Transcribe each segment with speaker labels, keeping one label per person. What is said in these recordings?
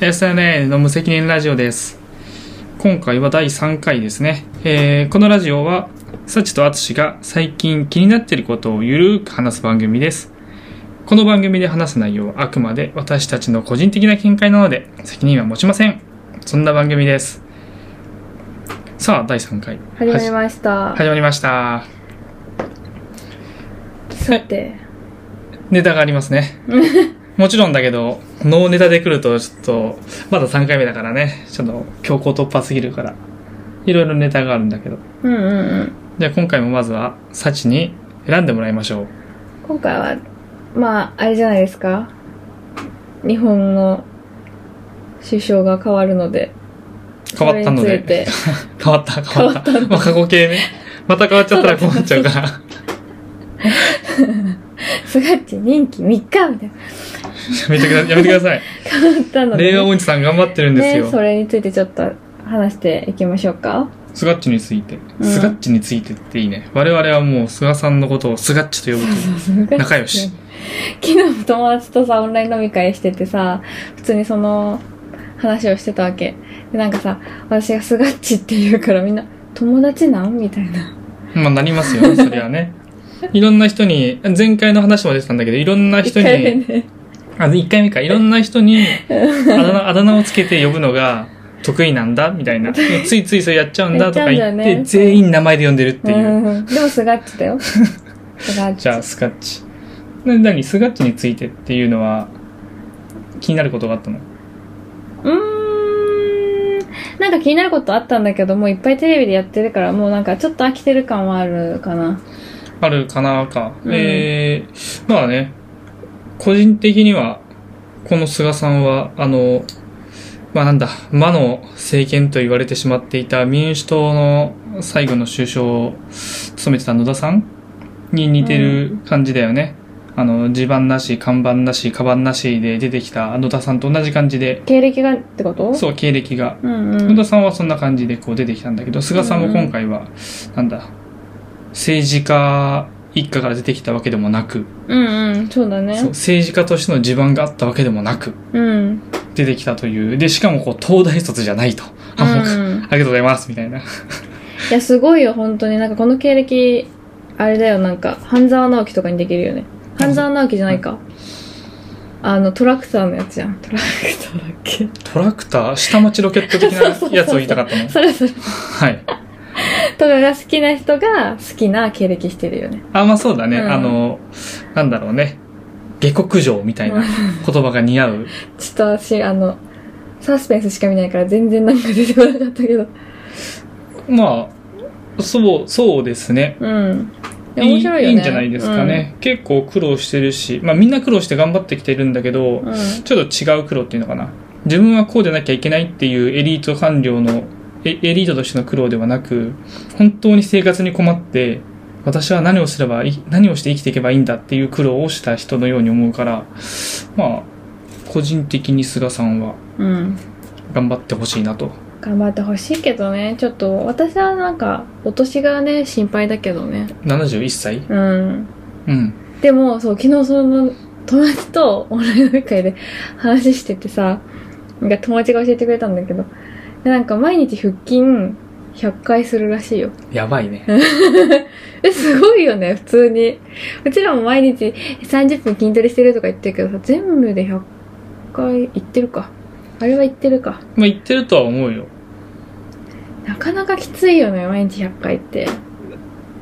Speaker 1: Hello!SNA の無責任ラジオです。今回は第3回ですね。えーこのラジオは、サチとアツシが最近気になっていることをゆるーく話す番組です。この番組で話す内容はあくまで私たちの個人的な見解なので、責任は持ちません。そんな番組です。さあ、第3回。
Speaker 2: 始まりました。
Speaker 1: 始まりました。
Speaker 2: さて、
Speaker 1: ネタがあります ね。もちろんだけど、ノーネタで来ると、ちょっと、まだ3回目だからね、ちょっと強行突破すぎるから、いろいろネタがあるんだけど。
Speaker 2: うんうんうん。
Speaker 1: じゃあ今回もまずは、サチに選んでもらいましょう。
Speaker 2: 今回は、まあ、あれじゃないですか。日本の首相が変わるので。
Speaker 1: 変わったの
Speaker 2: それについ
Speaker 1: で。
Speaker 2: て。
Speaker 1: 変わった、変わった。まあ過去形ね。また変わっちゃったら困っちゃうから。
Speaker 2: スガッチ任期3日みたいな。
Speaker 1: やめてくだやめてください。
Speaker 2: 変わったので。
Speaker 1: 令和おじさん頑張ってるんです
Speaker 2: ね、そ
Speaker 1: よ。
Speaker 2: れについてちょっと話していきましょうか。
Speaker 1: スガッチについて。
Speaker 2: ん
Speaker 1: スガッチについてっていいね。我々はもう菅さんのことをスガッチと呼ぶという。仲良し。
Speaker 2: 昨日も友達とさオンライン飲み会しててさ普通にその話をしてたわけでなんかさ私がスガッチって言うからみんな「友達なん?」みたいな
Speaker 1: まあなりますよ ね、それはね。いろんな人に、前回の話も出てたんだけど、いろんな人
Speaker 2: 一回目
Speaker 1: に、
Speaker 2: ね
Speaker 1: あ、1回目か、いろんな人に、あだ名、あだ名をつけて呼ぶのが得意なんだ、みたいな。ついついそれやっちゃうんだとか
Speaker 2: やっちゃう
Speaker 1: 言っ
Speaker 2: んだよ
Speaker 1: て、
Speaker 2: ね
Speaker 1: 全員名前で呼んでるっていう。
Speaker 2: うんでもスガッチだよスガッチ
Speaker 1: じゃあ、スカッチ。な、なに、スガッチについてっていうのは、気になることがあったの
Speaker 2: うーんなんか気になることあったんだけどもういっぱいテレビでやってるからもうなんかちょっと飽きてる感はあるかな
Speaker 1: あるかなか。
Speaker 2: うん
Speaker 1: えー、まあね、個人的には、この菅さんは、あの、まあなんだ、魔の政権と言われてしまっていた民主党の最後の首相を務めてた野田さんに似てる感じだよね。あの、地盤なし、看板なし、カバンなしで出てきた野田さんと同じ感じで、
Speaker 2: 経歴がってことう
Speaker 1: そう、経歴が
Speaker 2: うんう
Speaker 1: 野田
Speaker 2: ん
Speaker 1: さんはそんな感じでこう出てきたんだけど、菅さんも今回は、なんだ、政治家一家から出てきたわけでもなく、
Speaker 2: うんうんそうだね
Speaker 1: そう政治家としての地盤があったわけでもなく、
Speaker 2: うん
Speaker 1: 出てきたという。で、しかもこう、東大卒じゃないと。あ、もう
Speaker 2: うん
Speaker 1: ありがとうございます、みたいな。
Speaker 2: いや、すごいよ、本当に。なんかこの経歴、あれだよ、なんか、半沢直樹とかにできるよね。半沢直樹じゃないか。あの、トラクターのやつじゃん。トラクターだっけ
Speaker 1: トラクター、下町ロケット的
Speaker 2: そうそう
Speaker 1: な
Speaker 2: そうそう
Speaker 1: やつを言いたかったの。
Speaker 2: それそれ。と
Speaker 1: はい。
Speaker 2: かが好きな人が好きな経歴してるよね。
Speaker 1: あ、まあそうだね。
Speaker 2: うん
Speaker 1: あの、なんだろうね。下克上みたいな言葉が似合う。
Speaker 2: ちょっと私、あの、サスペンスしか見ないから全然なんか出てこなかったけど。
Speaker 1: まあ、そう、そうですね。
Speaker 2: うん。いや
Speaker 1: いい
Speaker 2: 面白いよね。
Speaker 1: いんじゃないですかね、結構苦労してるし、まあ、みんな苦労して頑張ってきてるんだけど、
Speaker 2: うん。うん。
Speaker 1: ちょっと違う苦労っていうのかな自分はこうでなきゃいけないっていうエリート官僚のえエリートとしての苦労ではなく本当に生活に困って私は何をすればいい何をして生きていけばいいんだっていう苦労をした人のように思うからまあ個人的に菅さんは
Speaker 2: うん。
Speaker 1: 頑張ってほしいなと
Speaker 2: 頑張ってほしいけどね。ちょっと、私はなんか、お年がね、心配だけどね。
Speaker 1: 71歳
Speaker 2: うん。
Speaker 1: うん
Speaker 2: でも、そう、昨日その友達とオンライン飲み会で話しててさ、なんか友達が教えてくれたんだけど、でなんか毎日腹筋100回するらしいよ。
Speaker 1: やばいね
Speaker 2: え、すごいよね、普通に。うちらも毎日30分筋トレしてるとか言ってるけどさ、全部で100回行ってるか。あれは行ってるか。
Speaker 1: まあ言ってるとは思うよ
Speaker 2: なかなかきついよね、毎日100回って。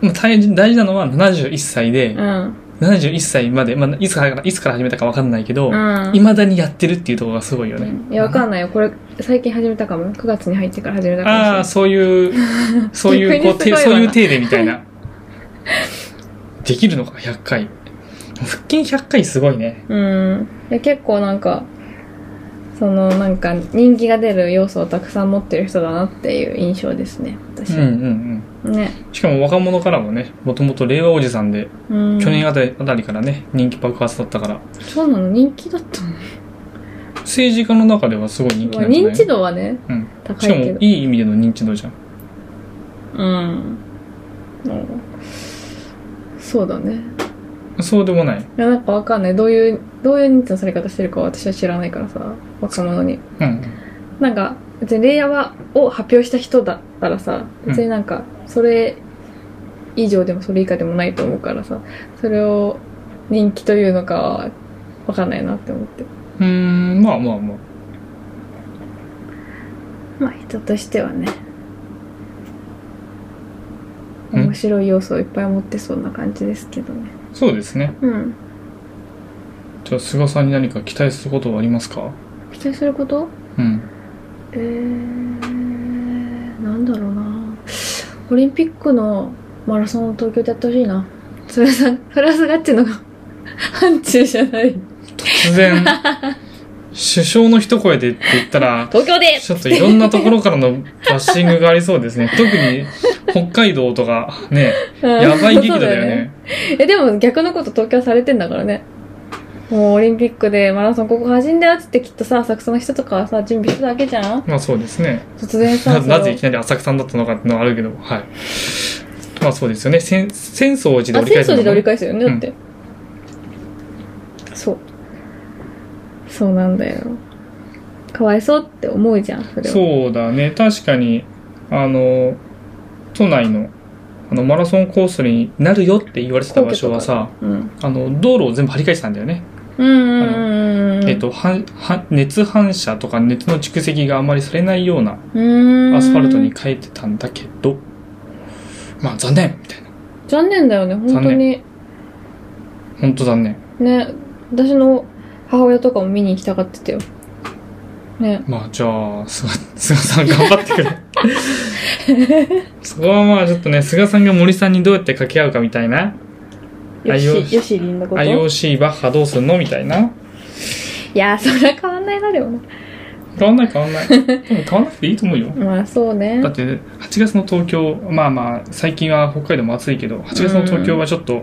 Speaker 1: まあ大事大事なのは71歳で、
Speaker 2: うん。
Speaker 1: 71歳まで、まあ、いつから、いつから始めたか分かんないけど、
Speaker 2: うん。
Speaker 1: いまだにやってるっていうところがすごいよね。
Speaker 2: いや、わかんないよ。これ、最近始めたかも。9月に入ってから始めたかもしれない
Speaker 1: ああ、そういう、 そういう、こう、
Speaker 2: 逆に
Speaker 1: て
Speaker 2: すごいわ
Speaker 1: そ
Speaker 2: な
Speaker 1: ういう手でみたいな。できるのか、100回。腹筋100回すごいね。
Speaker 2: うん。いや結構なんか、そのなんか人気が出る要素をたくさん持ってる人だなっていう印象ですね、
Speaker 1: う
Speaker 2: 私。
Speaker 1: んうん
Speaker 2: ね。
Speaker 1: うん。しかも若者からもね、もともと令和おじさんで、
Speaker 2: うん。
Speaker 1: 去年あたりあたりからね、人気爆発だったから、
Speaker 2: そうなの人気だったの
Speaker 1: 政治家の中ではすごい人気
Speaker 2: まあ
Speaker 1: なんじゃな
Speaker 2: 認
Speaker 1: い
Speaker 2: 知度はね、
Speaker 1: うん
Speaker 2: 高
Speaker 1: しか
Speaker 2: いけ
Speaker 1: も
Speaker 2: ど、。
Speaker 1: いい意味での認知度じゃん。
Speaker 2: うん。うんそうだね。
Speaker 1: そうでもない。
Speaker 2: いやなんかわかんないどういうどういう認知のされ方してるかは私は知らないからさ若者に
Speaker 1: うん。
Speaker 2: なんか別にレイヤーはを発表した人だったらさ別になんかそれ以上でもそれ以下でもないと思うからさそれを人気というのかはわかんないなって思って
Speaker 1: うーん、まあまあまあ。
Speaker 2: まあ人としてはね
Speaker 1: うん
Speaker 2: 面白い要素をいっぱい持ってそうな感じですけどね
Speaker 1: そうですね。
Speaker 2: うん
Speaker 1: じゃあ、菅さんに何か期待することはありますか
Speaker 2: 期待すること
Speaker 1: うん。
Speaker 2: えー、なんだろうなオリンピックのマラソンを東京でやってほしいなそれさフランスガッチのが範疇じゃない
Speaker 1: 突然、首相の一声でって言ったら、
Speaker 2: 東京で
Speaker 1: ちょっといろ んなところからのバッシングがありそうですね。特に北海道とかね、やばい劇
Speaker 2: 劇
Speaker 1: だ
Speaker 2: だ
Speaker 1: よね。
Speaker 2: えでも逆のこと東京はされてんだからねもうオリンピックでマラソンここ始んだよっつってきっとさ浅草の人とかはさ準備してたわけじゃん
Speaker 1: まあそうですね。
Speaker 2: 突然
Speaker 1: な
Speaker 2: さ
Speaker 1: なぜいき
Speaker 2: そ
Speaker 1: なり浅草だったのかってのはあるけど、はい。まあそうですよね。戦戦争時で
Speaker 2: のあ
Speaker 1: 折り
Speaker 2: 浅
Speaker 1: 返す
Speaker 2: 草
Speaker 1: のか
Speaker 2: 寺で
Speaker 1: な
Speaker 2: 折り返すよねだって、そうそうなんだよかわいそうって思うじゃんそれは
Speaker 1: そうだね。確かに、あの、都内のあのマラソンコースになるよって言われてた場所はさ、
Speaker 2: うん
Speaker 1: あの、道路を全部張り替えてたんだよね。
Speaker 2: うんうんうんうん
Speaker 1: えっ、と、反反熱反射とか熱の蓄積があまりされないような
Speaker 2: うーん
Speaker 1: アスファルトに変えてたんだけど、まあ残念みたいな。
Speaker 2: 残念だよね本当に
Speaker 1: 本当残念。
Speaker 2: ね私の母親とかも見に行きたがってたよね
Speaker 1: まあじゃあ、菅、 菅さん頑張ってくれ。 そこはまあちょっとね、菅さんが森さんにどうやって掛け合うかみたいな。
Speaker 2: よ
Speaker 1: IOC
Speaker 2: しよしりんのこと
Speaker 1: IOC バッハどうすんのみたいな。
Speaker 2: いやそりゃ変わんないだろうな
Speaker 1: 変わんない変わ んない。でも変わんなくていいと思うよ。
Speaker 2: まあそうね
Speaker 1: だって8月の東京、まあまあ最近は北海道も暑いけど、8月の東京はちょっと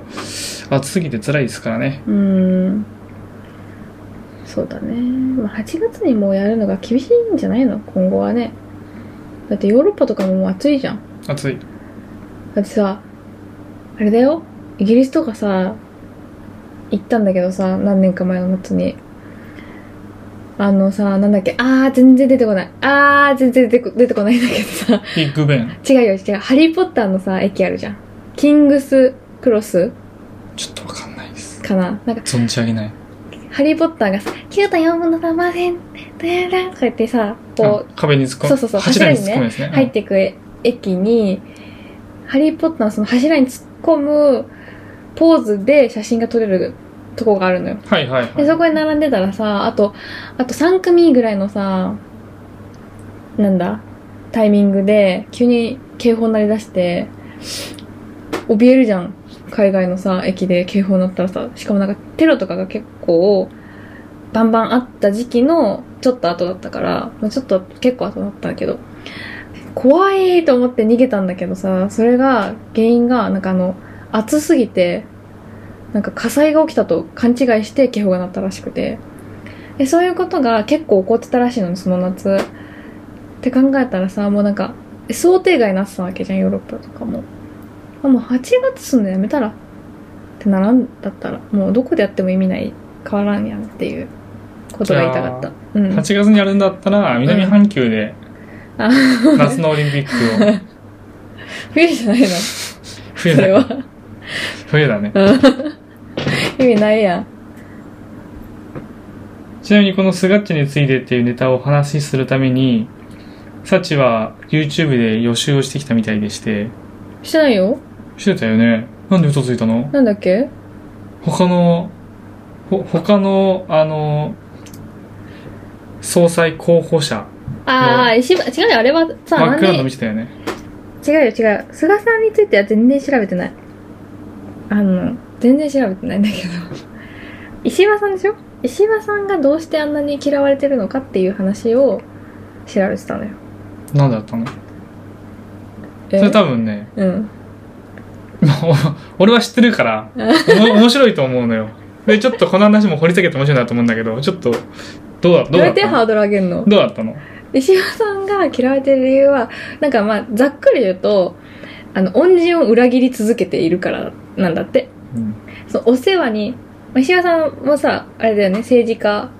Speaker 1: 暑すぎて辛いですからね。
Speaker 2: うーんそうだね、まあ、8月にもうやるのが厳しいんじゃないの今後はねだってヨーロッパとかももう暑いじゃん
Speaker 1: 暑い。
Speaker 2: だってさあれだよイギリスとかさ行ったんだけどさ何年か前の夏にあのさなんだっけあー全然出てこないあー全然出てこ出てこないんだけどさ
Speaker 1: ビッグベン。
Speaker 2: 違うよ違うハリー・ポッターのさ駅あるじゃんキングスクロス
Speaker 1: ちょっとわかんないです。
Speaker 2: かななんか
Speaker 1: 存じ上げない。
Speaker 2: ハリー・ポッターがさ「9と4分の3線だやら」とか言ってさこう
Speaker 1: あ壁に突っ込む。
Speaker 2: そうそうそう
Speaker 1: 柱に突っ込
Speaker 2: 柱に
Speaker 1: む
Speaker 2: ね
Speaker 1: んですね。
Speaker 2: 入ってく駅に、ハリー・ポッターのその柱に突っ込むポーズで写真が撮れるとこがあるのよ。
Speaker 1: はいはいはい。
Speaker 2: で、そこに並んでたらさ、あと、あと3組ぐらいのさ、なんだ、タイミングで、急に警報鳴り出して、怯えるじゃん。海外のさ、駅で警報鳴ったらさ、しかもなんかテロとかが結構、バンバンあった時期の、ちょっと後だったから、まあちょっと結構後だったけど、怖いと思って逃げたんだけどさ、それが、原因が、なんかあの、暑すぎて、なんか火災が起きたと勘違いして警報が鳴ったらしくてでそういうことが結構起こってたらしいのにその夏って考えたらさもうなんか想定外になってたわけじゃんヨーロッパとかもあもう8月すんのやめたらってならんだったらもうどこでやっても意味ない変わらんやんっていうことが言いたかったうん
Speaker 1: 8月にやるんだったら、南半球で
Speaker 2: あ
Speaker 1: 夏のオリンピック を、
Speaker 2: 冬じゃないのそ
Speaker 1: 冬
Speaker 2: れ
Speaker 1: だ、
Speaker 2: は
Speaker 1: 冬だね。
Speaker 2: 意味ないやん
Speaker 1: ちなみにこのスガッチについてっていうネタをお話しするために、サチは YouTube で予習をしてきたみたいでして、
Speaker 2: してないよ
Speaker 1: してたよね。なんで嘘ついたの
Speaker 2: なんだっけ
Speaker 1: 他の、ほ、他の、あの、総裁候補者、
Speaker 2: ああ石破違うよあれは
Speaker 1: バ
Speaker 2: さ
Speaker 1: ッ
Speaker 2: 何
Speaker 1: クグラウン
Speaker 2: で
Speaker 1: ド見てたよね。
Speaker 2: 違うよ違う菅さんについては全然調べてないあの全然調べてないんだけど 石破さんでしょ石破さんがどうしてあんなに嫌われてるのかっていう話を調べてたのよ
Speaker 1: なんだったのそ
Speaker 2: え
Speaker 1: れ多分ね、
Speaker 2: うん
Speaker 1: まあお俺は知ってるから、お も面白いと思うのよ。で、ちょっとこの話も掘り下げて面白いなと思うんだけど、ちょっと、どうだ、ど
Speaker 2: ど
Speaker 1: う
Speaker 2: う
Speaker 1: だ
Speaker 2: や
Speaker 1: っ
Speaker 2: って
Speaker 1: た
Speaker 2: ハ
Speaker 1: の
Speaker 2: ードル上げん の
Speaker 1: どうだったの
Speaker 2: 石破さんが嫌われてる理由はなんかまあざっくり言うとあの恩人を裏切り続けているからなんだってそのお世話に、まあ、石原さんもさあれだよね政治家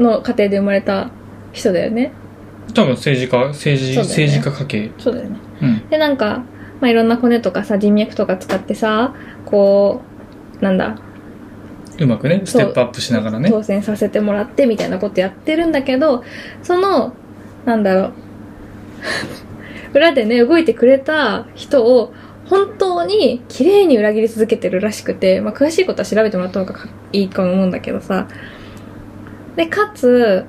Speaker 2: の家庭で生まれた人だよね
Speaker 1: 多分政治家、政治、
Speaker 2: そうだよね
Speaker 1: 政治家家系。
Speaker 2: そうだよね
Speaker 1: うん。
Speaker 2: でなんか、まあ、いろんな骨とかさ人脈とか使ってさこうなんだ
Speaker 1: うまくね、ス
Speaker 2: そう
Speaker 1: テップアップしながらね。
Speaker 2: 当選させてもらってみたいなことやってるんだけどそのなんだろう 裏でね動いてくれた人を本当に綺麗に裏切り続けてるらしくて、まあ、詳しいことは調べてもらった方がいいと思うんだけどさでかつ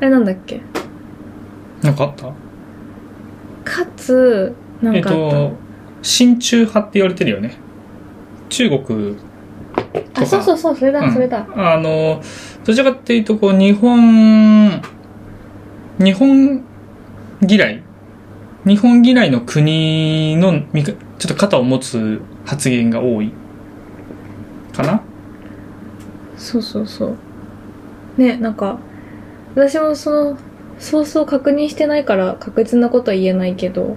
Speaker 2: あれなんだっけ
Speaker 1: なんかあった
Speaker 2: かつな
Speaker 1: え
Speaker 2: ん
Speaker 1: っ
Speaker 2: かあった、
Speaker 1: と、親中派って言われてるよね。中国とか。
Speaker 2: あそうそうそうそれだ、
Speaker 1: うん
Speaker 2: それだ
Speaker 1: あの、どちらかっていうと、こう、日本、日本嫌い日本嫌いの国の見か、ちょっと肩を持つ発言が多い。かな
Speaker 2: そうそうそうねなんか私もそのソースを確認してないから確実なことは言えないけど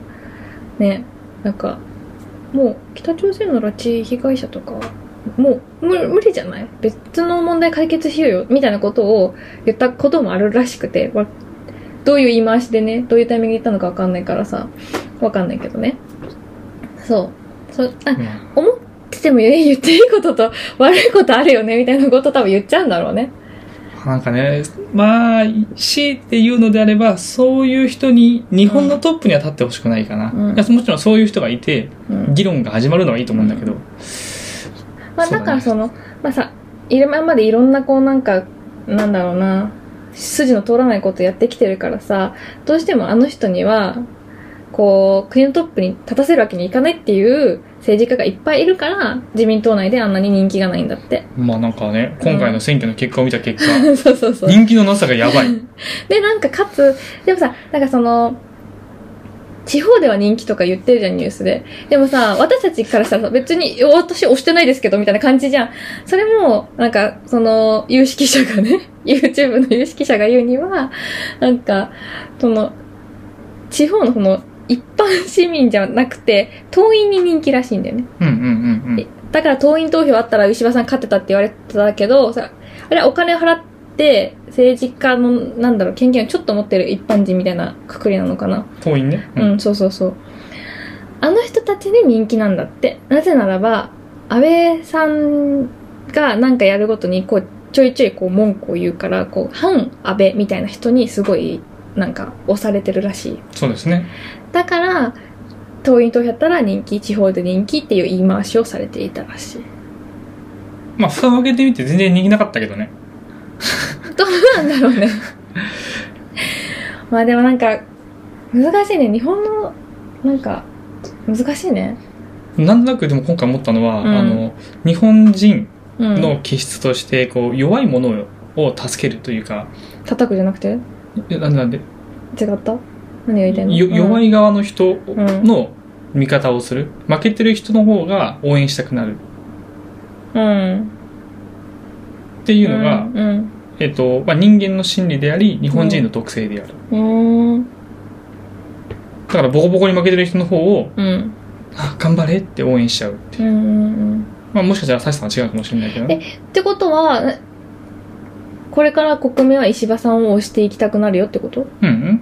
Speaker 2: ねなんかもう北朝鮮の拉致被害者とかはもう無無理じゃない別の問題解決しようよみたいなことを言ったこともあるらしくてわどういう言い回しでねどういうタイミングで言ったのか分かんないからさ分かんないけどねそうそうあ
Speaker 1: うん
Speaker 2: 思っててもね言っていいことと悪いことあるよねみたいなこと多分言っちゃうんだろうね。
Speaker 1: なんかね、まあ、強いて言うのであれば、そういう人に、日本のトップには立ってほしくないかな。
Speaker 2: うん
Speaker 1: いやもちろんそういう人がいて、
Speaker 2: うん
Speaker 1: 議論が始まるのはいいと思うんだけど。
Speaker 2: まあ、
Speaker 1: そうだね
Speaker 2: だからその、まあさ、今までいろんなこうなんか、なんだろうな、筋の通らないことやってきてるからさ、どうしてもあの人には、こう、国のトップに立たせるわけにいかないっていう政治家がいっぱいいるから、自民党内であんなに人気がないんだって。
Speaker 1: まあなんかね、今回の選挙の結果を見た結果、
Speaker 2: そうそうそう。
Speaker 1: 人気のなさがや ばい。
Speaker 2: で、なんかかつ、でもさ、なんかその、地方では人気とか言ってるじゃん、ニュースで。でもさ、私たちからしたらさ別に、私押してないですけど、みたいな感じじゃん。それも、なんか、その、有識者がね、YouTube の有識者が言うには、なんか、その、地方のこの、一般市民じゃなくて、党員に人気らしいんだよね。
Speaker 1: うんうんうんうん。
Speaker 2: だから党員投票あったら牛場さん勝ってたって言われてたけどさあれはお金を払って政治家のなんだろう権限をちょっと持ってる一般人みたいなくくりなのかな
Speaker 1: 党員ね。
Speaker 2: うん、そうそうそうあの人たちに人気なんだってなぜならば安倍さんがなんかやるごとにこうちょいちょいこう文句を言うからこう反安倍みたいな人にすごいなんか押されてるらしい
Speaker 1: そうですね。
Speaker 2: だから党員投票やったら人気地方で人気っていう言い回しをされていたらしい
Speaker 1: まあ、蓋を開けてみて全然人気なかったけどね。
Speaker 2: どうなんだろうね。まあでもなんか、難しいね。日本の、なんか、難しいね。
Speaker 1: なんとなくでも今回思ったのは、
Speaker 2: うん
Speaker 1: あの、日本人
Speaker 2: うん。
Speaker 1: の気質として、こう、弱いものを助けるというか、
Speaker 2: 叩くじゃなくて違
Speaker 1: えなんでなんで、
Speaker 2: った何を言いたいの
Speaker 1: よ弱
Speaker 2: い。
Speaker 1: い側の人の味方をする。負けてる人の方が応援したくなる
Speaker 2: うん。
Speaker 1: っていうのが、
Speaker 2: うん。
Speaker 1: えっと、まあ、人間の心理であり、日本人の特性である。
Speaker 2: うん。うん
Speaker 1: だから、ボコボコに負けてる人の方を、
Speaker 2: うん。
Speaker 1: あ、頑張れって応援しちゃうって
Speaker 2: う。
Speaker 1: いうん
Speaker 2: うん。
Speaker 1: まあ、もしかしたら、サシさんは違うかもしれないけどね。
Speaker 2: ってことは、えこれから国民は石破さんを押していきたくなるよってこと
Speaker 1: うんうん、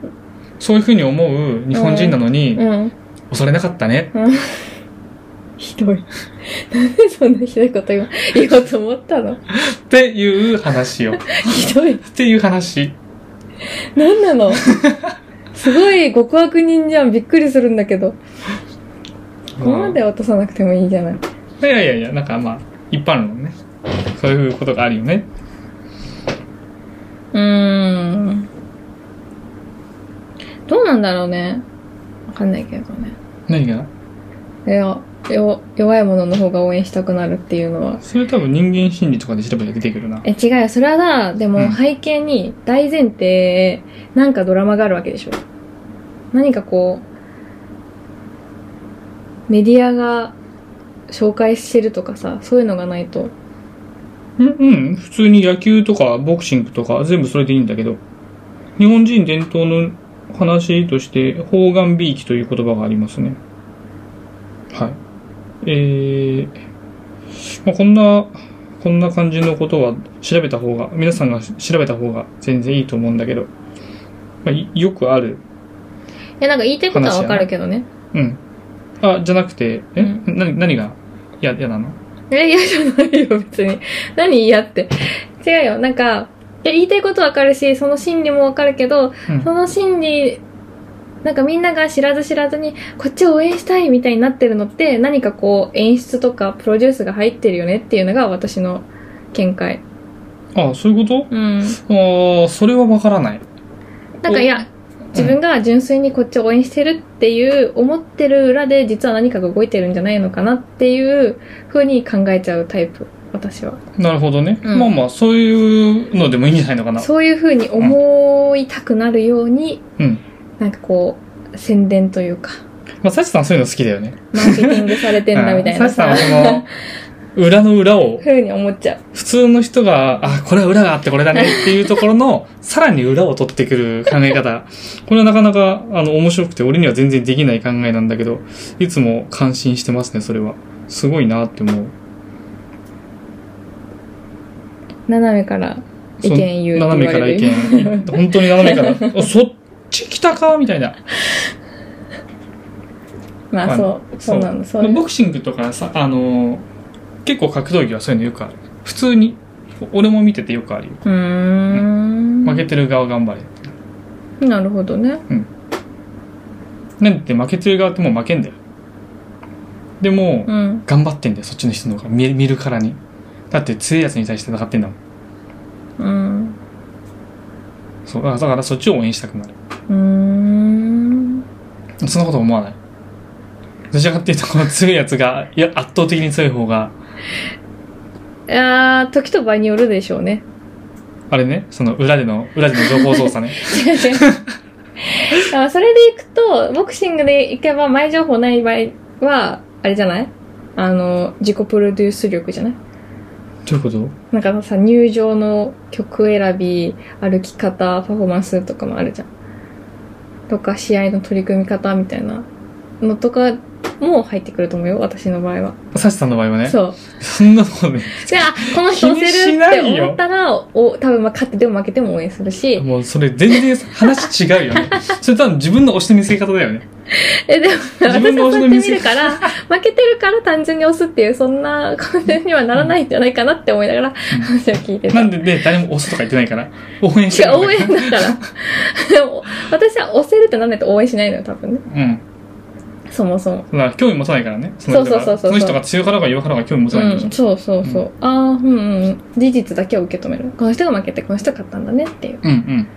Speaker 1: そういうふうに思う日本人なのに、
Speaker 2: うん。
Speaker 1: 恐れなかったね。
Speaker 2: ひ どい。なんでそんなひどいこと今言おうと思ったの
Speaker 1: っていう話 を。っ
Speaker 2: ひどい。
Speaker 1: ていう話。
Speaker 2: なんなのすごい極悪人じゃん。びっくりするんだけど。ここまで落とさなくてもいいじゃない。
Speaker 1: いやいやいや、なんかまあ、一般論ね。そういうことがあるよね。
Speaker 2: うーん。どうなんだろうね。わかんないけどね。
Speaker 1: 何が
Speaker 2: いや、よ弱い者の方が応援したくなるっていうのは。
Speaker 1: それ多分人間心理とかで調べて出てくるな。
Speaker 2: え、違うよ。それはな、で
Speaker 1: うん
Speaker 2: も背景に大前提、なんかドラマがあるわけでしょ。何かこう、メディアが紹介してるとかさ、そういうのがないと。
Speaker 1: うん、うん。普通に野球とかボクシングとか全部それでいいんだけど、日本人伝統の話として、方眼美意気という言葉がありますね。はい。えー、まあ、こんな、こんな感じのことは調べた方が、皆さんが調べた方が全然いいと思うんだけど、まあ、いよくある。
Speaker 2: いや、なんか言いたいことはわかるけどね。
Speaker 1: うん。あ、じゃなくて、え、
Speaker 2: う
Speaker 1: な何が嫌嫌なの
Speaker 2: え、嫌じゃないよ、別に。 何嫌って。違うよ、なんか、いや、言いたいことわかるし、その心理もわかるけど、
Speaker 1: うん
Speaker 2: その心理、なんかみんなが知らず知らずに、こっちを応援したいみたいになってるのって、何かこう、演出とかプロデュースが入ってるよねっていうのが私の見解。
Speaker 1: あそういうこと
Speaker 2: うん。
Speaker 1: ああ、それはわからない。
Speaker 2: なんかいや、自分が純粋にこっちを応援してるっていう思ってる裏で実は何かが動いてるんじゃないのかなっていう風に考えちゃうタイプ私は
Speaker 1: なるほどね。
Speaker 2: うん
Speaker 1: まあまあ、そういうのでもいいんじゃないのかな。
Speaker 2: そういう風に思いたくなるように、
Speaker 1: うん
Speaker 2: なんかこう宣伝というか
Speaker 1: まあ、サチさんそういうの好きだよね。
Speaker 2: マーケティングされてんだみたい
Speaker 1: う
Speaker 2: なん
Speaker 1: サチさん
Speaker 2: さ
Speaker 1: はその、裏の裏を、
Speaker 2: 風に思っちゃう
Speaker 1: 普通の人が、あ、これは裏があってこれ だねっていうところの、さらに裏を取ってくる考え方。これはなかなか、あの、面白くて、俺には全然できない考えなんだけど、いつも感心してますね、それは。すごいなって思う。
Speaker 2: 斜めから意見言う
Speaker 1: そ
Speaker 2: っ
Speaker 1: ん斜
Speaker 2: て
Speaker 1: め
Speaker 2: 言わ
Speaker 1: から
Speaker 2: れ
Speaker 1: 意
Speaker 2: る
Speaker 1: 見。本当に斜め から。あそっち来たかみたいな。
Speaker 2: まあそうそうなのそういう
Speaker 1: ボクシングとかさ、あのー結構格闘技はそういうのよくある。普通に、お俺も見ててよくあるよ。
Speaker 2: うーん
Speaker 1: 負けてる側頑張れ。
Speaker 2: なるほどね
Speaker 1: なんで負けてる側ってもう負けんだよ。でも、
Speaker 2: うん
Speaker 1: 頑張ってんだよ、そっちの人の方が。見見るからに。だって強いやつに対して戦ってんだもん。
Speaker 2: うん
Speaker 1: そう、だからだからそっちを応援したくなる。
Speaker 2: うーん
Speaker 1: そんなこと思わない。どちらかっていうと、この強いやつが、いや、圧倒的に強い方が、
Speaker 2: いやー時と場合によるでしょうね。
Speaker 1: あれね、その裏での、裏での情報操作 ね。
Speaker 2: あそれでいくと、ボクシングでいけば前情報ない場合は、あれじゃないあの、自己プロデュース力じゃない
Speaker 1: どういうこと
Speaker 2: なんかさ、入場の曲選び、歩き方、パフォーマンスとかもあるじゃん。とか、試合の取り組み方みたいなのとかも入ってくると思うよ、私の場合は。
Speaker 1: サシさんの場合はね。
Speaker 2: そう。
Speaker 1: そんなことね。
Speaker 2: じゃあ、この人押せるって思ったら、お多分まあ勝ってでも負けても応援するし、
Speaker 1: もうそれ全然話違うよ ね。それ多分自分の推しの見せ方だよね。
Speaker 2: え、でも、
Speaker 1: 自分
Speaker 2: 私
Speaker 1: の
Speaker 2: は
Speaker 1: 推し
Speaker 2: そ
Speaker 1: の
Speaker 2: うやって見
Speaker 1: 店
Speaker 2: るから、負けてるから単純に押すっていう、そんな感じにはならないんじゃないかなって思いながら話を聞いてた。
Speaker 1: な
Speaker 2: 違
Speaker 1: ん
Speaker 2: う、
Speaker 1: でね、誰も押すとか言ってないから。応援してるん
Speaker 2: 応
Speaker 1: だ
Speaker 2: 援
Speaker 1: か
Speaker 2: だから。でも私は押せるってなんないと応援しないのよ、多分ね。
Speaker 1: ら。うん。
Speaker 2: そもそも。
Speaker 1: だから興味持たないからね。その人が
Speaker 2: そうそうそうそ
Speaker 1: その
Speaker 2: う
Speaker 1: 人が強かろうが弱かろうが興味持たないんでし
Speaker 2: う
Speaker 1: ょ
Speaker 2: ん、。そうそうそう。ああ、うんうん。事実だけを受け止める。この人が負けて、この人が勝ったんだねっていう。
Speaker 1: うんうん。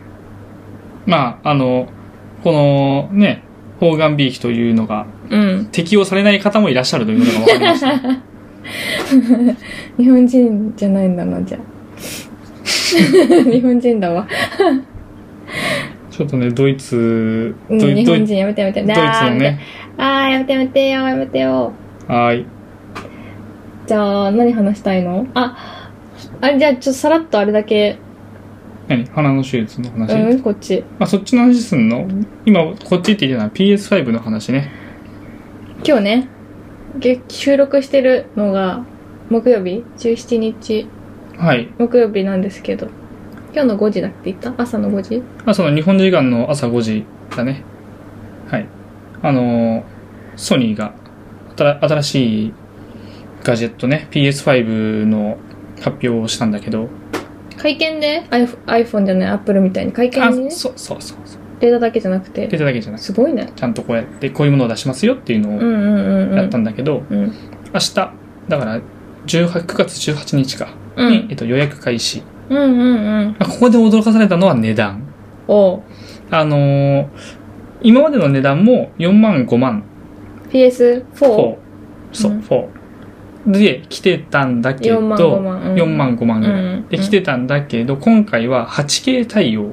Speaker 1: まあ、あの、このね、方眼ビーキというのが
Speaker 2: うん。
Speaker 1: 適用されない方もいらっしゃるというのが分かりました。
Speaker 2: 日本人じゃないんだな、じゃあ。日本人だわ。
Speaker 1: ちょっとね、ドイツ、
Speaker 2: う
Speaker 1: ド
Speaker 2: ん、
Speaker 1: イ
Speaker 2: 日
Speaker 1: ドイド
Speaker 2: 本
Speaker 1: イ
Speaker 2: 人やめてやめて。
Speaker 1: ツのね、
Speaker 2: あーやめてやめてよ、やめてよ。
Speaker 1: はーい。
Speaker 2: じゃあ、何話したいのあ、あれ、じゃあ、ちょっとさらっとあれだけ、
Speaker 1: 何鼻の手術の話、
Speaker 2: うん、こっち。
Speaker 1: あ、そっちの話すんの今、こっちって言ってたのは PS5 の話ね。
Speaker 2: 今日ね、げ収録してるのが、木曜日 ?17 日、
Speaker 1: はい。
Speaker 2: 木曜日なんですけど、今日の5時だって言った朝の5時
Speaker 1: まあ、その日本時間の朝5時だね。はい。あのーソニーが、新新しいガジェットね、PS5 の発表をしたんだけど、
Speaker 2: 会見で、iPhone iPhone じゃない、Apple みたいに会見
Speaker 1: あ、
Speaker 2: にね、
Speaker 1: そうそうそうそう。
Speaker 2: データだけじゃなく
Speaker 1: 出
Speaker 2: て、
Speaker 1: ただけじゃなくて、
Speaker 2: すごいね。
Speaker 1: ちゃんとこうやって、こういうものを出しますよっていう
Speaker 2: う
Speaker 1: の
Speaker 2: んう
Speaker 1: を
Speaker 2: んうんうん。
Speaker 1: やったんだけど、
Speaker 2: うん。
Speaker 1: 明日、だから、18 9月18日か、
Speaker 2: うん
Speaker 1: に、えっと、予約開始。
Speaker 2: うんうんうん。
Speaker 1: まあここで驚かされたのは値段。
Speaker 2: おう
Speaker 1: あのー今までの値段も4万5万
Speaker 2: PS4?4
Speaker 1: 4そう、
Speaker 2: うん
Speaker 1: 4で来てたんだけど
Speaker 2: 万5万。うん
Speaker 1: 4万5万ぐらい、
Speaker 2: うん
Speaker 1: で来てたんだけど今回は 8K 対応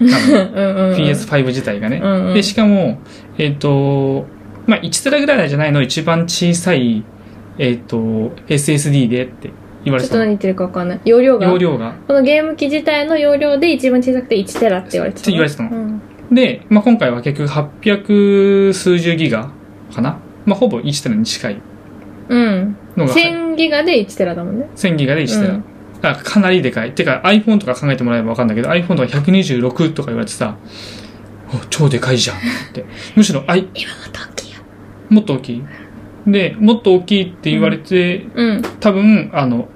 Speaker 2: う
Speaker 1: なん
Speaker 2: うんうん。
Speaker 1: の PS5 自体がね、
Speaker 2: うんうん
Speaker 1: でしかもえっ、とまあ1テラぐらいじゃないの一番小さいえっ、と SSD でって言われ
Speaker 2: ちょってと
Speaker 1: た
Speaker 2: 何
Speaker 1: の
Speaker 2: 言ってるか分かんない。容量が。
Speaker 1: 容量が
Speaker 2: このゲーム機自体の容量で一番小さくて1テラって言われてたの。
Speaker 1: って言われてたの
Speaker 2: うん
Speaker 1: で、まあ、今回は結局800数十ギガかな、まあ、ほぼ1テラに近い
Speaker 2: うん。
Speaker 1: のが入る
Speaker 2: 1000ギガで1テラだもんね。
Speaker 1: 1000ギガで1テラ、
Speaker 2: うん
Speaker 1: あかなりでかいてか iPhone とか考えてもらえば分かるんだけど iPhone とか126とか言われてさお超でかいじゃんっ てむしろあい
Speaker 2: 今も時よ。
Speaker 1: もっと大きいでもっと大きいって言われて、
Speaker 2: うん。
Speaker 1: 多分あの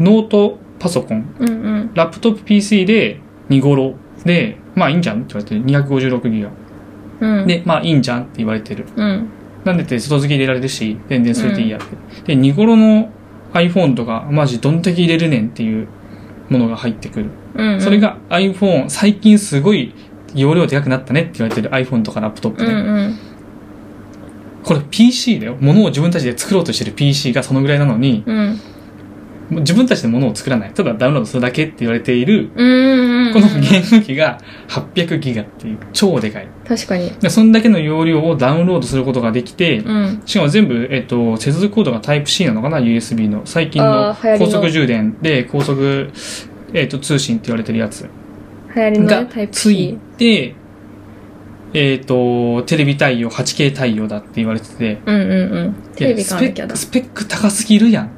Speaker 1: ノートパソコン
Speaker 2: うんうん。
Speaker 1: ラップトップ PC で2頃で、まあいいんじゃんって言われて、256ギ
Speaker 2: うん。
Speaker 1: ガ。で、まあいいんじゃんって言われてる。
Speaker 2: うん。
Speaker 1: なんでって外付け入れられるし、全然それでいいやって。で、2頃の iPhone とか、マジどんだけ入れるねんっていうものが入ってくる。
Speaker 2: うん。
Speaker 1: それ、が iPhone、最近すごい容量でかくなったねって言われてる iPhone とかラップトップ
Speaker 2: う
Speaker 1: で。
Speaker 2: んうん。
Speaker 1: これ PC だよ。物を自分たちで作ろうとしてる PC がそのぐらいなのに、
Speaker 2: うん。
Speaker 1: もう自分たちで物を作らない。ただダウンロードするだけって言われている、
Speaker 2: うんうん。
Speaker 1: このゲーム機が800ギガっていう超でかい。
Speaker 2: 確かに。
Speaker 1: で、そんだけの容量をダウンロードすることができて、
Speaker 2: うん。
Speaker 1: しかも全部、えっと、接続コードがタイプ C なのかな ?USB の。最近の
Speaker 2: あー流行りの
Speaker 1: 高速充電で高速、えっと、通信って言われてるやつ
Speaker 2: 流行りの
Speaker 1: が
Speaker 2: ねタイプ
Speaker 1: つい
Speaker 2: C。
Speaker 1: て、えっと、テレビ対応、8K 対応だって言われてて、
Speaker 2: うんうんうん。テレビ買わなきゃだ
Speaker 1: いや。スペックスペック高すぎるやん。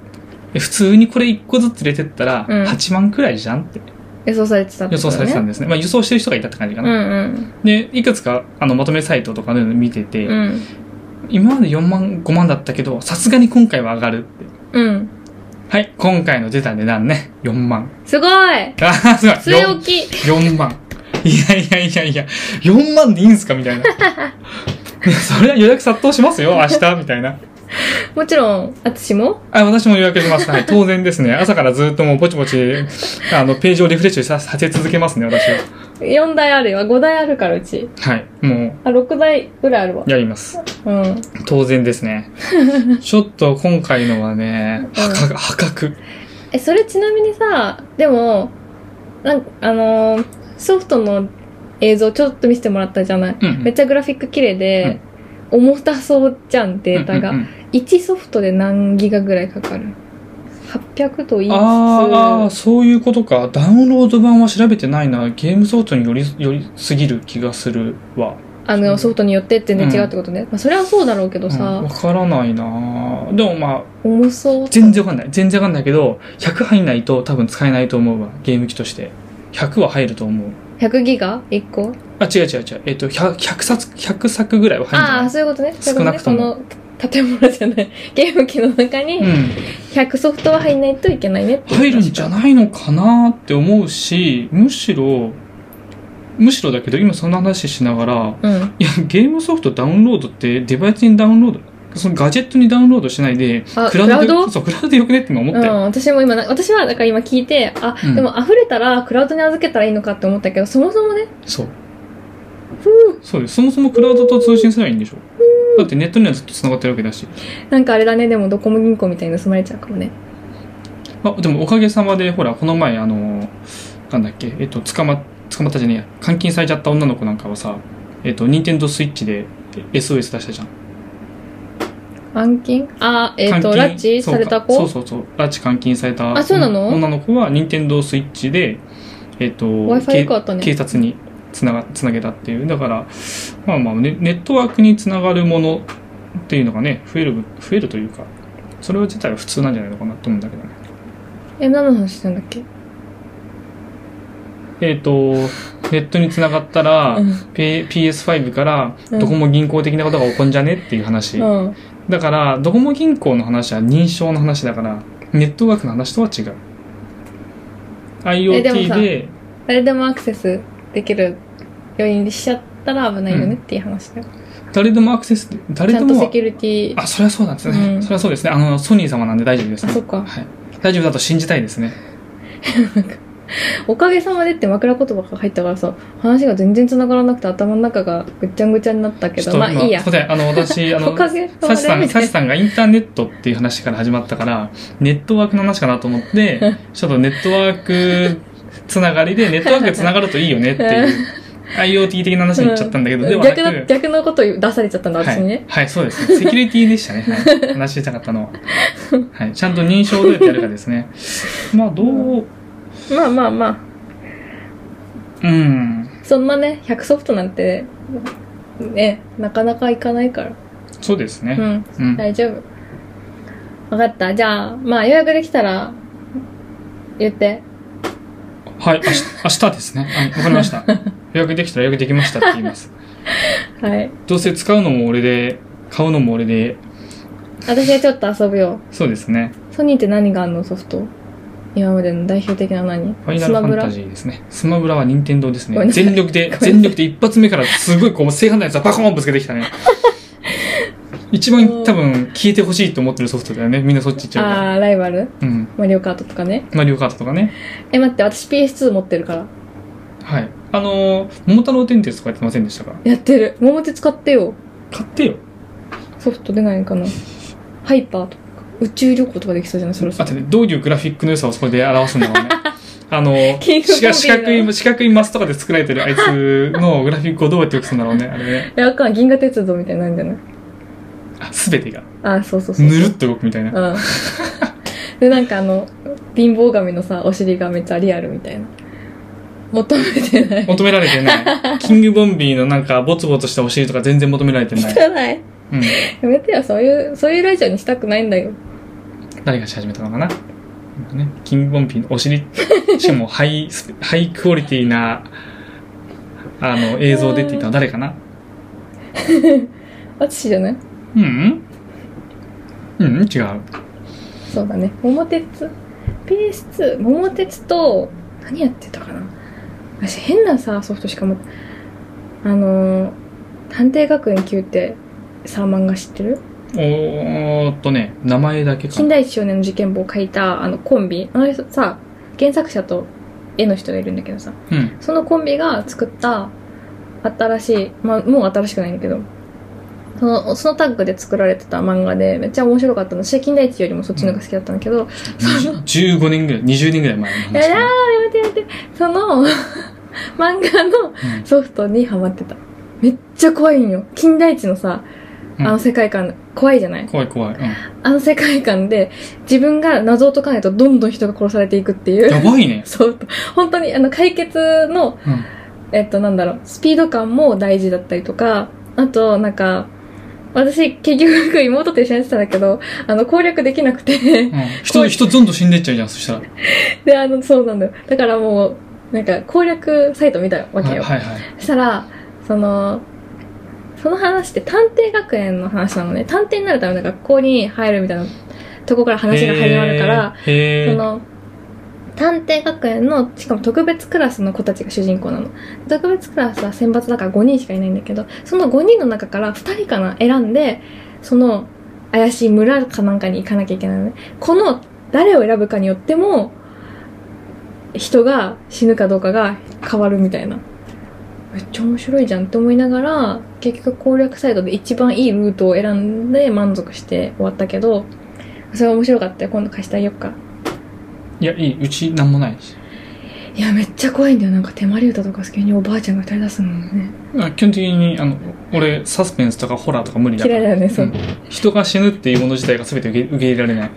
Speaker 1: え普通にこれ1個ずつ入れてったら、
Speaker 2: うん
Speaker 1: 8万くらいじゃんって
Speaker 2: 予想されてたって
Speaker 1: 予
Speaker 2: こと
Speaker 1: 想
Speaker 2: ね
Speaker 1: されてたんですね。まあ、予想してる人がいたって感じか
Speaker 2: う
Speaker 1: な。
Speaker 2: ん
Speaker 1: で、いくつか、あの、まとめサイトとかで見てて、
Speaker 2: うん。うん。
Speaker 1: 今まで4万、5万だったけど、さすがに今回は上がるって。
Speaker 2: うん。
Speaker 1: はい、今回の出た値段ね、4万。
Speaker 2: すごい
Speaker 1: ああ、すごい。
Speaker 2: 据え置き。
Speaker 1: 4, 4万。いやいやいやいや、4万でいいんすかみたい な。いやそれは予約殺到しますよ、明日、みたいな。
Speaker 2: もちろん、あつしも
Speaker 1: あ、私も予約します。はい、当然ですね。朝からずっともうぼちぼち、あの、ページをリフレッシュささせ続けますね、私は。
Speaker 2: 4台あるよ。5台あるから、うち。
Speaker 1: はい、も
Speaker 2: あ、6台ぐらいあるわ
Speaker 1: う、。やります。
Speaker 2: うん。
Speaker 1: 当然です ね。ちょっと今回のはね、破格、破格。
Speaker 2: え、それちなみにさ、でも、なんか、あのーソフトの映像ちょっと見せてもらったじゃない。
Speaker 1: うんうん
Speaker 2: めっちゃグラフィック綺麗で、重たそうじゃん、データが。
Speaker 1: うんうんうん
Speaker 2: 1ソフトで何ギガぐらいかかる ?800 と言いつつ、
Speaker 1: あーあー、そういうことか。ダウンロード版は調べてないな。ゲームソフトにより、よりすぎる気がするわ。
Speaker 2: あの、ソフトによって全然違うってことね。まあ、それはそうだろうけど
Speaker 1: うんわ、
Speaker 2: さ、
Speaker 1: からないなでもまあ、
Speaker 2: 重そう。
Speaker 1: 全然わかんない。全然わかんないけど、100入んないと多分使えないと思うわ。ゲーム機として。100は入ると思う。
Speaker 2: 100ギガ ?1 個
Speaker 1: あ、違う違う違う。えっ、と100、100冊、100作ぐらいは入るんじゃ
Speaker 2: あ
Speaker 1: な
Speaker 2: あ、
Speaker 1: い
Speaker 2: そういうことね。そうい
Speaker 1: 少
Speaker 2: うこと
Speaker 1: な
Speaker 2: ね。
Speaker 1: くと
Speaker 2: そ
Speaker 1: も
Speaker 2: の、建物じゃない。ゲーム機の中
Speaker 1: う
Speaker 2: に
Speaker 1: ん。
Speaker 2: 100ソフトは入んないといけないねっていう
Speaker 1: 入るんじゃないのかなって思うし、むしろ、むしろだけど、今そんな話しながら、
Speaker 2: うん。
Speaker 1: いや、ゲームソフトダウンロードってデバイスにダウンロード、そのガジェットにダウンロードしないで、
Speaker 2: あ
Speaker 1: クラウドで
Speaker 2: クラウド
Speaker 1: そう、クラウドでよくねって今思
Speaker 2: う
Speaker 1: ったよ。
Speaker 2: ん、私も今な、私は、だから今聞いて、あ、
Speaker 1: うん
Speaker 2: でも溢れたらクラウドに預けたらいいのかって思ったけど、そもそもね、
Speaker 1: そう。
Speaker 2: ふう
Speaker 1: そうです。そもそもクラウドと通信すればいいんでしょ。だってネットにはずっと繋がってるわけだし。
Speaker 2: なんかあれだね、でもドコモ銀行みたいに盗まれちゃうかもね。
Speaker 1: あ、でもおかげさまで、ほら、この前、あの、なんだっけ、えっと、捕ま、捕まったじゃねえや。監禁されちゃった女の子なんかはさ、えっと、任天堂スイッチで SOS 出したじゃん。
Speaker 2: 暗禁あ、えっ、と、拉
Speaker 1: 監禁
Speaker 2: 致された子
Speaker 1: そうかそうそうそう。拉致監禁された
Speaker 2: あそうなの
Speaker 1: 女の子は任天堂スイッチで、えっと、
Speaker 2: Wi-Fi 良かったね
Speaker 1: け警察につながつなげたっていう。だから、まあまあネ、ネットワークにつながるものっていうのがね、増える、増えるというか、それ自体は普通なんじゃないのかなと思うんだけどね。
Speaker 2: え、何の話してんだっけ
Speaker 1: えっ、と、ネットにつながったら、
Speaker 2: うん
Speaker 1: P- PS5 から
Speaker 2: うん
Speaker 1: ドコモ銀行的なことが起こんじゃねっていう話。
Speaker 2: うん。
Speaker 1: だから、ドコモ銀行の話は認証の話だから、ネットワークの話とは違う。
Speaker 2: えでも
Speaker 1: IoT
Speaker 2: さ
Speaker 1: で、
Speaker 2: 誰でもアクセスできるようにしちゃったら危ないよねっていう話だよ。
Speaker 1: 誰でもアクセス、誰
Speaker 2: ちゃ
Speaker 1: で
Speaker 2: んとセ
Speaker 1: も、
Speaker 2: キュリティ
Speaker 1: あ、それはそうなんですね。
Speaker 2: うん
Speaker 1: それはそうですね。あの、ソニー様なんで大丈夫ですね。
Speaker 2: あそっか
Speaker 1: はい。大丈夫だと信じたいですね。
Speaker 2: おかげさまでって枕言葉が入ったからさ、話が全然繋がらなくて頭の中がぐっちゃんぐちゃになったけ
Speaker 1: ちょっ
Speaker 2: ど、
Speaker 1: と
Speaker 2: まあいいや
Speaker 1: こ。こで、あの、私、あ の
Speaker 2: お、かげさ
Speaker 1: サ
Speaker 2: まで
Speaker 1: シさん、
Speaker 2: みた
Speaker 1: サ
Speaker 2: い
Speaker 1: シ
Speaker 2: な
Speaker 1: さんがインターネットっていう話から始まったから、ネットワークの話かなと思 って、ちょっとネットワークつながりで、ネットワークがつながるといいよねって いう、IoT 的な話に行っちゃったんだけど、ではなく
Speaker 2: 逆の、逆のことを出されちゃったんだ、私にね。
Speaker 1: はい、はい、そうですね。セキュリティでしたね。はい、話したかった のは。はい、ちゃんと認証をどうやってやるかですね。まあ、どう、
Speaker 2: まあまあまあ。
Speaker 1: うん、
Speaker 2: そんなね、100ソフトなんて、ね、なかなかいかないから。
Speaker 1: そうです
Speaker 2: う
Speaker 1: ね。
Speaker 2: ん、
Speaker 1: うん。
Speaker 2: 大丈夫。分かった。じゃあ、まあ予約できたら、言って。
Speaker 1: はい、明日明日ですね。あわかりま した。予約できたら予約できましたって言います。
Speaker 2: はい。
Speaker 1: どうせ使うのも俺で、買うのも俺で、
Speaker 2: 私はちょっと遊ぶよ。
Speaker 1: そうですね。
Speaker 2: ソニーって何があんのソフト。今までの代表的な何
Speaker 1: ファイナ
Speaker 2: ス
Speaker 1: ルフ
Speaker 2: マ
Speaker 1: ァ
Speaker 2: ブ
Speaker 1: ン
Speaker 2: ラ
Speaker 1: タジーですね。スマブラは任天堂です
Speaker 2: ご
Speaker 1: ね。
Speaker 2: めんなさい
Speaker 1: 全力で、
Speaker 2: ごめんなさい
Speaker 1: 全力で一発目からすごいこう正反対のやつはバコーンぶつけてきたね。一番多分消えてほしいと思ってるソフトだよね。みんなそっち行っちゃうか
Speaker 2: あー、ライバル
Speaker 1: ら。うん。
Speaker 2: マリオカートとかね。
Speaker 1: マリオカートとかね。
Speaker 2: え、待って、私 PS2 持ってるから。
Speaker 1: はい。あのー、桃太郎電鉄とかやってませんでしたか
Speaker 2: やってる。桃手使ってよ。
Speaker 1: 買ってよ。
Speaker 2: ソフト出ないのかな。ハイパーとか。宇宙旅行とかできそうじゃないそろそ
Speaker 1: あ
Speaker 2: ろ
Speaker 1: と。ね、どういうグラフィックの良さをそこで表すんだろう ね。あのー、
Speaker 2: キングボンビ
Speaker 1: 四角
Speaker 2: ーの
Speaker 1: 四角い、四角いマスとかで作られてるあいつのグラフィックをどうやって良くするんだろうね。あれね。
Speaker 2: え、わかんない銀河鉄道みたいになるんじゃない
Speaker 1: あ、すべてが、
Speaker 2: あー、そうそうそう
Speaker 1: ぬ
Speaker 2: そう。
Speaker 1: るっと動くみたいな。
Speaker 2: うん。で、なんかあの、貧乏神のさ、お尻がめっちゃリアルみたいな。求めてない。
Speaker 1: 求められてない。キングボンビーのなんか、ボツボツしたお尻とか全然求められてない。
Speaker 2: 汚い。
Speaker 1: うん。
Speaker 2: やめてよ、そういう、そういうラジオにしたくないんだよ。
Speaker 1: 誰がし始めたのかな、ね、キングボンビーのお 尻。しかも、ハイスペ、ハイクオリティな、あの、映像でって言ったのは誰かな
Speaker 2: あつしじゃない
Speaker 1: うんうん、違う。
Speaker 2: そうだね。桃鉄。PS2、桃鉄と、何やってたかな私変なさ、ソフトしかも、あのー、探偵学園9って、さ、漫画知ってる
Speaker 1: おーっとね、名前だけか
Speaker 2: 近。代一少年の事件簿を書いた、あの、コンビ。あの人さ、原作者と絵の人がいるんだけどさ、
Speaker 1: うん。
Speaker 2: そのコンビが作った新しい、まあ、もう新しくないんだけど、その、そのタッグで作られてた漫画で、めっちゃ面白かったの。私は近代一よりもそっちの方が好きだったんだけど、
Speaker 1: 15年ぐらい、20年ぐらい前の話
Speaker 2: いやいやー、やめてやめて。その、 漫画の
Speaker 1: うん
Speaker 2: ソフトにハマってた。めっちゃ怖いんよ。近代一のさ、
Speaker 1: う
Speaker 2: あ
Speaker 1: ん
Speaker 2: の世界観、怖いじゃない
Speaker 1: 怖い怖い。うん。
Speaker 2: あの世界観で、自分が謎を解かないとどんどん人が殺されていくってい
Speaker 1: や
Speaker 2: う。
Speaker 1: ばいね。
Speaker 2: そう、本当に、あの、解決の、
Speaker 1: うん。
Speaker 2: えっと、なんだろう、スピード感も大事だったりとか、あと、なんか、私、結局、妹と一緒にやってたんだけど、あの、攻略できなくて、
Speaker 1: うん、人、人どんどん死んでっちゃうじゃん、そしたら。
Speaker 2: で、あの、そうなんだよ。だからもう、なんか、攻略サイト見たわけ
Speaker 1: はい
Speaker 2: よ。
Speaker 1: はいはい。
Speaker 2: そしたら、その、その話って探偵学園の話なのね。探偵になるための学校に入るみたいなとこから話が始まるから、
Speaker 1: へー、へー
Speaker 2: その、探偵学園の、しかも特別クラスの子たちが主人公なの。特別クラスは選抜だから5人しかいないんだけど、その5人の中から2人かな選んで、その怪しい村かなんかに行かなきゃいけないのね。この誰を選ぶかによっても、人が死ぬかどうかが変わるみたいな。めっちゃ面白いじゃんって思いながら、結局攻略サイトで一番いいルートを選んで満足して終わったけど、それは面白かったよ。今度貸してあげよっか。
Speaker 1: いや、いい。うちなんもないし。
Speaker 2: いや、めっちゃ怖いんだよ。なんか手まり歌とか好きにおばあちゃんが歌い出すのね。
Speaker 1: あ基本的に、あの、俺、サスペンスとかホラーとか無理だから。
Speaker 2: 嫌いだよね、そう。
Speaker 1: ん人が死ぬっていうもの自体が全て受け受け入れられない。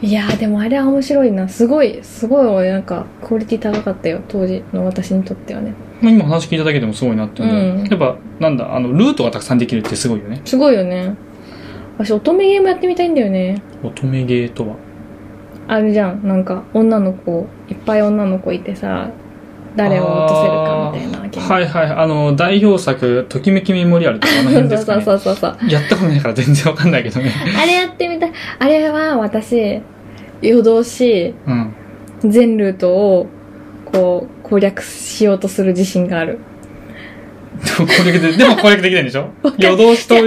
Speaker 2: いやー、でもあれは面白いな。すごい、すごい俺なんか、クオリティ高かったよ。当時の私にとってはね。
Speaker 1: まあ、今話聞いただけでもすごいなって思う、
Speaker 2: うん
Speaker 1: やっぱ、なんだ、あの、ルートがたくさんできるってすごいよね。
Speaker 2: すごいよね。私、乙女ゲームやってみたいんだよね。
Speaker 1: 乙女ゲーとは。
Speaker 2: あるじゃん。なんか、女の子、いっぱい女の子いてさ、誰を落とせるかみたいなゲーム。
Speaker 1: はいはい。あの、代表作、ときめきメモリアルとかあの辺ですか、
Speaker 2: そう
Speaker 1: ね、
Speaker 2: そうそうそう。
Speaker 1: やったことないから全然わかんないけど ね。
Speaker 2: あれやってみたい。あれは私、夜通し、
Speaker 1: うん。
Speaker 2: 全ルートをこう攻略しようとする自信がある
Speaker 1: でも攻略で、でも攻略できないんでし ょ夜通しと、夜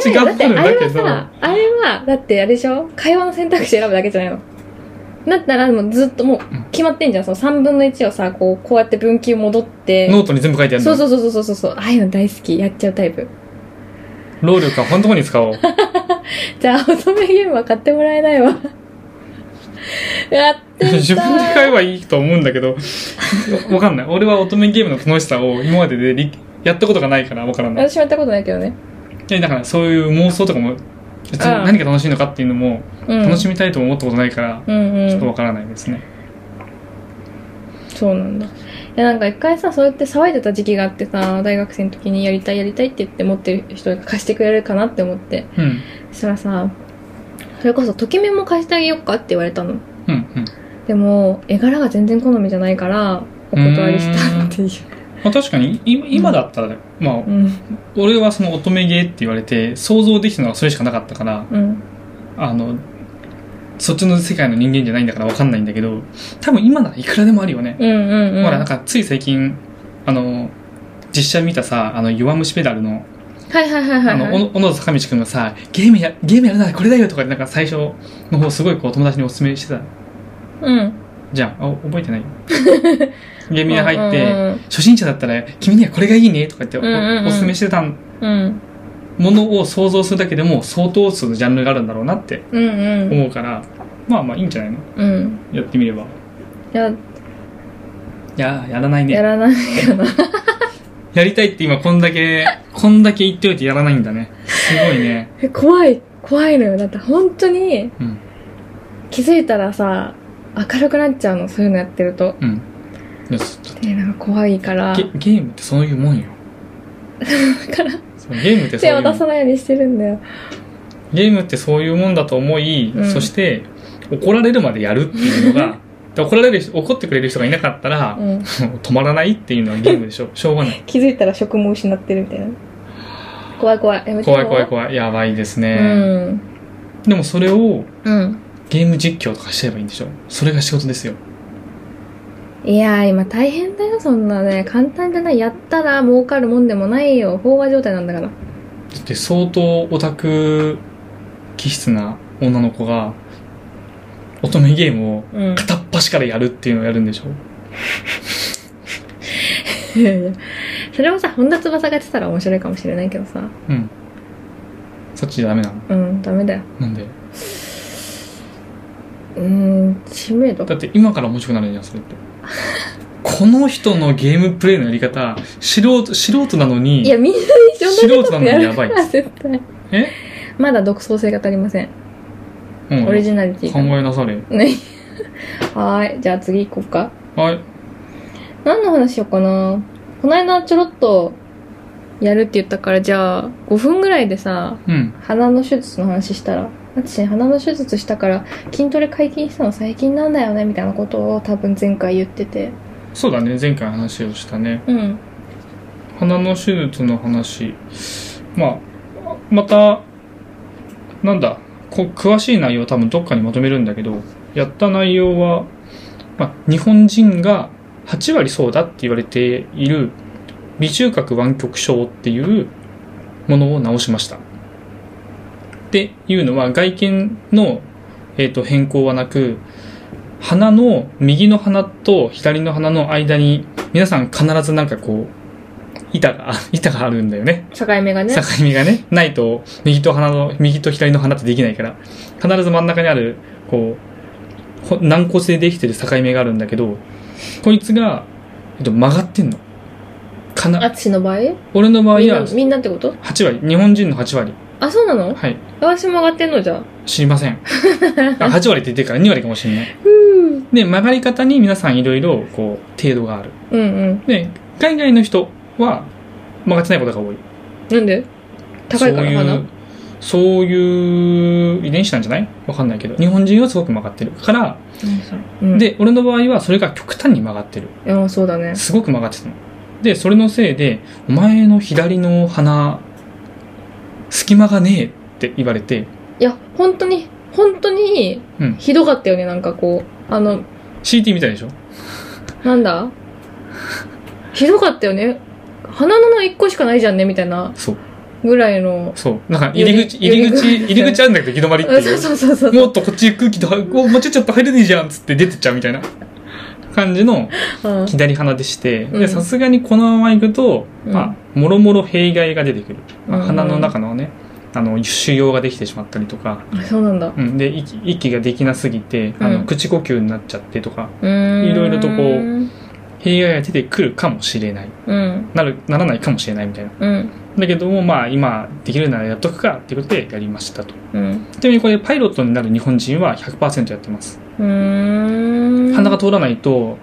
Speaker 1: 通し
Speaker 2: 違うよ
Speaker 1: 頑張るんだけど。
Speaker 2: だってあれはさあれはだってあれでしょ会話の選択肢選ぶだけじゃないのだったらもうずっともう決まってんじゃんその3分の1をさこうこうやって分岐戻って
Speaker 1: ノートに全部書いてある
Speaker 2: そう
Speaker 1: の。
Speaker 2: そうそうそうそうそうああいうの大好きやっちゃうタイプ
Speaker 1: 労力は本当に使おう。
Speaker 2: じゃあ乙女ゲームは買ってもらえないわ やってみたい
Speaker 1: 自分で買えばいいと思うんだけど、わかんない。俺は乙女ゲームの楽しさを今まででりやったことがないからわからない。
Speaker 2: 私もやったことないけどね、
Speaker 1: でだからそういう妄想とかも、別に
Speaker 2: ああ
Speaker 1: 何が楽しいのかっていうのも、
Speaker 2: うん、
Speaker 1: 楽しみたいとも思ったことないから、
Speaker 2: うんうん
Speaker 1: ちょっとわからないですね。
Speaker 2: そうなんだ。いや、なんか一回さ、そうやって騒いでた時期があってさ、大学生の時にやりたいやりたいって言って持ってる人が貸してくれるかなって思って。
Speaker 1: うん。
Speaker 2: そしたらさ、それこそ、ときめも貸してあげよっかって言われたの。
Speaker 1: うんうん。
Speaker 2: でも、絵柄が全然好みじゃないから、お断りしたっていう。
Speaker 1: まあ確かに、い今だったら、まあ、
Speaker 2: うん。
Speaker 1: 俺はその乙女芸って言われて、想像できたのはそれしかなかったから、
Speaker 2: うん。
Speaker 1: あの、そっちの世界の人間じゃないんだからわかんないんだけど、多分今ならいくらでもあるよね。
Speaker 2: うんうんうん。
Speaker 1: ほら、なんかつい最近、あの、実写見たさ、あの、弱虫ペダルの、
Speaker 2: はいはいはいは
Speaker 1: あ
Speaker 2: い
Speaker 1: の、
Speaker 2: は
Speaker 1: お
Speaker 2: い。
Speaker 1: の小野田坂道くんがさ、ゲームや、ゲームやるならこれだよとかで、なんか最初の方すごいこう友達におすすめしてた
Speaker 2: うん。
Speaker 1: じゃん。あ、覚え てないゲーム屋入って、
Speaker 2: うんうん
Speaker 1: 初心者だったら君にはこれがいいねとか言ってお,、
Speaker 2: うんうんうん
Speaker 1: おすすめしてたも
Speaker 2: うん。
Speaker 1: のを想像するだけでも相当数のジャンルがあるんだろうなって
Speaker 2: うんうん。
Speaker 1: 思うから、まあまあいいんじゃないの
Speaker 2: うん。
Speaker 1: やってみれば。い
Speaker 2: や、
Speaker 1: や、やらないね。
Speaker 2: や
Speaker 1: や
Speaker 2: らないか な。
Speaker 1: りたいって今こんだけ、こんだけ言っておいてやらないんだね。すごいね。
Speaker 2: え怖い、怖いのよ。だって本当に
Speaker 1: うん。
Speaker 2: 気づいたらさ、明るくなっちゃうの、そういうのやってると。
Speaker 1: うん。いやちょっ
Speaker 2: で、なんか怖いから。
Speaker 1: とゲゲームってそういうもんよ。そうゲームってそう
Speaker 2: 手
Speaker 1: い
Speaker 2: を
Speaker 1: うも
Speaker 2: 出
Speaker 1: ん
Speaker 2: さないようにしてるんだよ。
Speaker 1: ゲームってそういうもんだと思い、
Speaker 2: うん
Speaker 1: そして怒られるまでやるっていうのがで怒られる人怒ってくれる人がいなかったら、
Speaker 2: うん。
Speaker 1: 止まらないっていうのはゲームでしょしょうがない
Speaker 2: 気づいたら職務失ってるみたいな。怖い怖い。やめて
Speaker 1: 怖い怖い
Speaker 2: い。
Speaker 1: 怖いやばいです
Speaker 2: う
Speaker 1: ね、
Speaker 2: ん。
Speaker 1: でもそれを
Speaker 2: うん。
Speaker 1: ゲーム実況とかしちゃえばいいんでしょそれが仕事ですよ
Speaker 2: いやー、今大変だよ、そんなね。簡単じゃない。やったら儲かるもんでもないよ。飽和状態なんだから。
Speaker 1: だって相当オタク気質な女の子が乙女ゲームを
Speaker 2: うん。
Speaker 1: 片っ端からやるっていうのをやるんでしょ
Speaker 2: いやいやそれはさ、本田翼がやってたら面白いかもしれないけどさ。
Speaker 1: うんそっちじゃダメなの
Speaker 2: うん、ダメだよ。
Speaker 1: なんで
Speaker 2: うーん、知名度
Speaker 1: だって今から面白くなるじゃんそ れってこの人のゲームプレイのやり方素人素人なの
Speaker 2: いや、
Speaker 1: に
Speaker 2: みんな一緒
Speaker 1: 素人なのに
Speaker 2: やる
Speaker 1: やばい
Speaker 2: から 絶対。
Speaker 1: え
Speaker 2: まだ独創性が足りません。
Speaker 1: うん
Speaker 2: オリジナリティ
Speaker 1: 考
Speaker 2: が。
Speaker 1: えなされ
Speaker 2: ね。 はーい。じゃあ次行こうか。
Speaker 1: はい
Speaker 2: 何の話しようかな。この間ちょろっとやるって言ったから、じゃあ5分ぐらいでさ、
Speaker 1: うん
Speaker 2: 鼻の手術の話したら私鼻の手術したから筋トレ解禁したの最近なんだよねみたいなことを多分前回言ってて
Speaker 1: そうだね前回話をしたね
Speaker 2: うん
Speaker 1: 鼻の手術の話まあまたなんだこ詳しい内容は多分どっかにまとめるんだけどやった内容は、まあ、日本人が8割そうだって言われている微中核湾曲症っていうものを治しました。っていうのは外見の、えーと変更はなく鼻の右の鼻と左の鼻の間に皆さん必ずなんかこう板が、 板があるんだよね。
Speaker 2: 境目がね
Speaker 1: 境目がね。ないと、右と鼻の、右と左の鼻ってできないから。必ず真ん中にある、こう、ほ軟骨でできてる境目があるんだけど、こいつが、えっと、曲がってんの。かな、
Speaker 2: 私の場合
Speaker 1: 俺の場合
Speaker 2: みんな
Speaker 1: は、
Speaker 2: みんなってこと
Speaker 1: 8割、日本人の8割。
Speaker 2: あそうなの
Speaker 1: はい。
Speaker 2: 私も上がってんのじゃあ
Speaker 1: 知りません。あ8割って言ってるから2割かもしれない。
Speaker 2: うん
Speaker 1: で、曲がり方に皆さんいろいろ、こう、程度がある。
Speaker 2: うんうん
Speaker 1: で、海外の人は、曲がってないことが多い。
Speaker 2: なんで高いから鼻
Speaker 1: そういうそういう遺伝子なんじゃないわかんないけど日本人はすごく曲がってるから、
Speaker 2: うん
Speaker 1: で俺の場合はそれが極端に曲がってる
Speaker 2: うんそうだね
Speaker 1: すごく曲がってたのでそれのせいで「お前の左の鼻隙間がねえ」って言われて
Speaker 2: いや本当に本当に
Speaker 1: うん
Speaker 2: ひどかったよねなんかこうあの
Speaker 1: CT みたいでしょ
Speaker 2: なんだ ひどかったよね鼻の1個しかないじゃんねみたいな
Speaker 1: そう
Speaker 2: ぐらいの
Speaker 1: そうなんか入り口入り口
Speaker 2: より
Speaker 1: 入り口あるんだけど行き止まりって
Speaker 2: うん
Speaker 1: い
Speaker 2: そううそうそうそう
Speaker 1: もっとこっち空気とおもうちょっと入れねえじゃんっつって出てっちゃうみたいな感じの
Speaker 2: うん
Speaker 1: 左鼻でして、
Speaker 2: う
Speaker 1: で
Speaker 2: ん
Speaker 1: さすがにこのまま行くと、
Speaker 2: うん
Speaker 1: まあ、もろもろ弊害が出てくる、まあ
Speaker 2: うん
Speaker 1: 鼻の中のねあの腫瘍ができてしまったりとか、
Speaker 2: あそうなんだう
Speaker 1: うん、で息息ができなすぎてあの、
Speaker 2: うん
Speaker 1: 口呼吸になっちゃってとか
Speaker 2: ーん
Speaker 1: いろいろとこう弊害が出てくるかもしれない
Speaker 2: うん
Speaker 1: なるならないかもしれないみたいな
Speaker 2: うん
Speaker 1: だけどもまあ今できるならやっとくかっていうことでやりましたと
Speaker 2: うん
Speaker 1: ちなみにこれパイロットになる日本人は100%やってます
Speaker 2: うーん
Speaker 1: 鼻が通らないと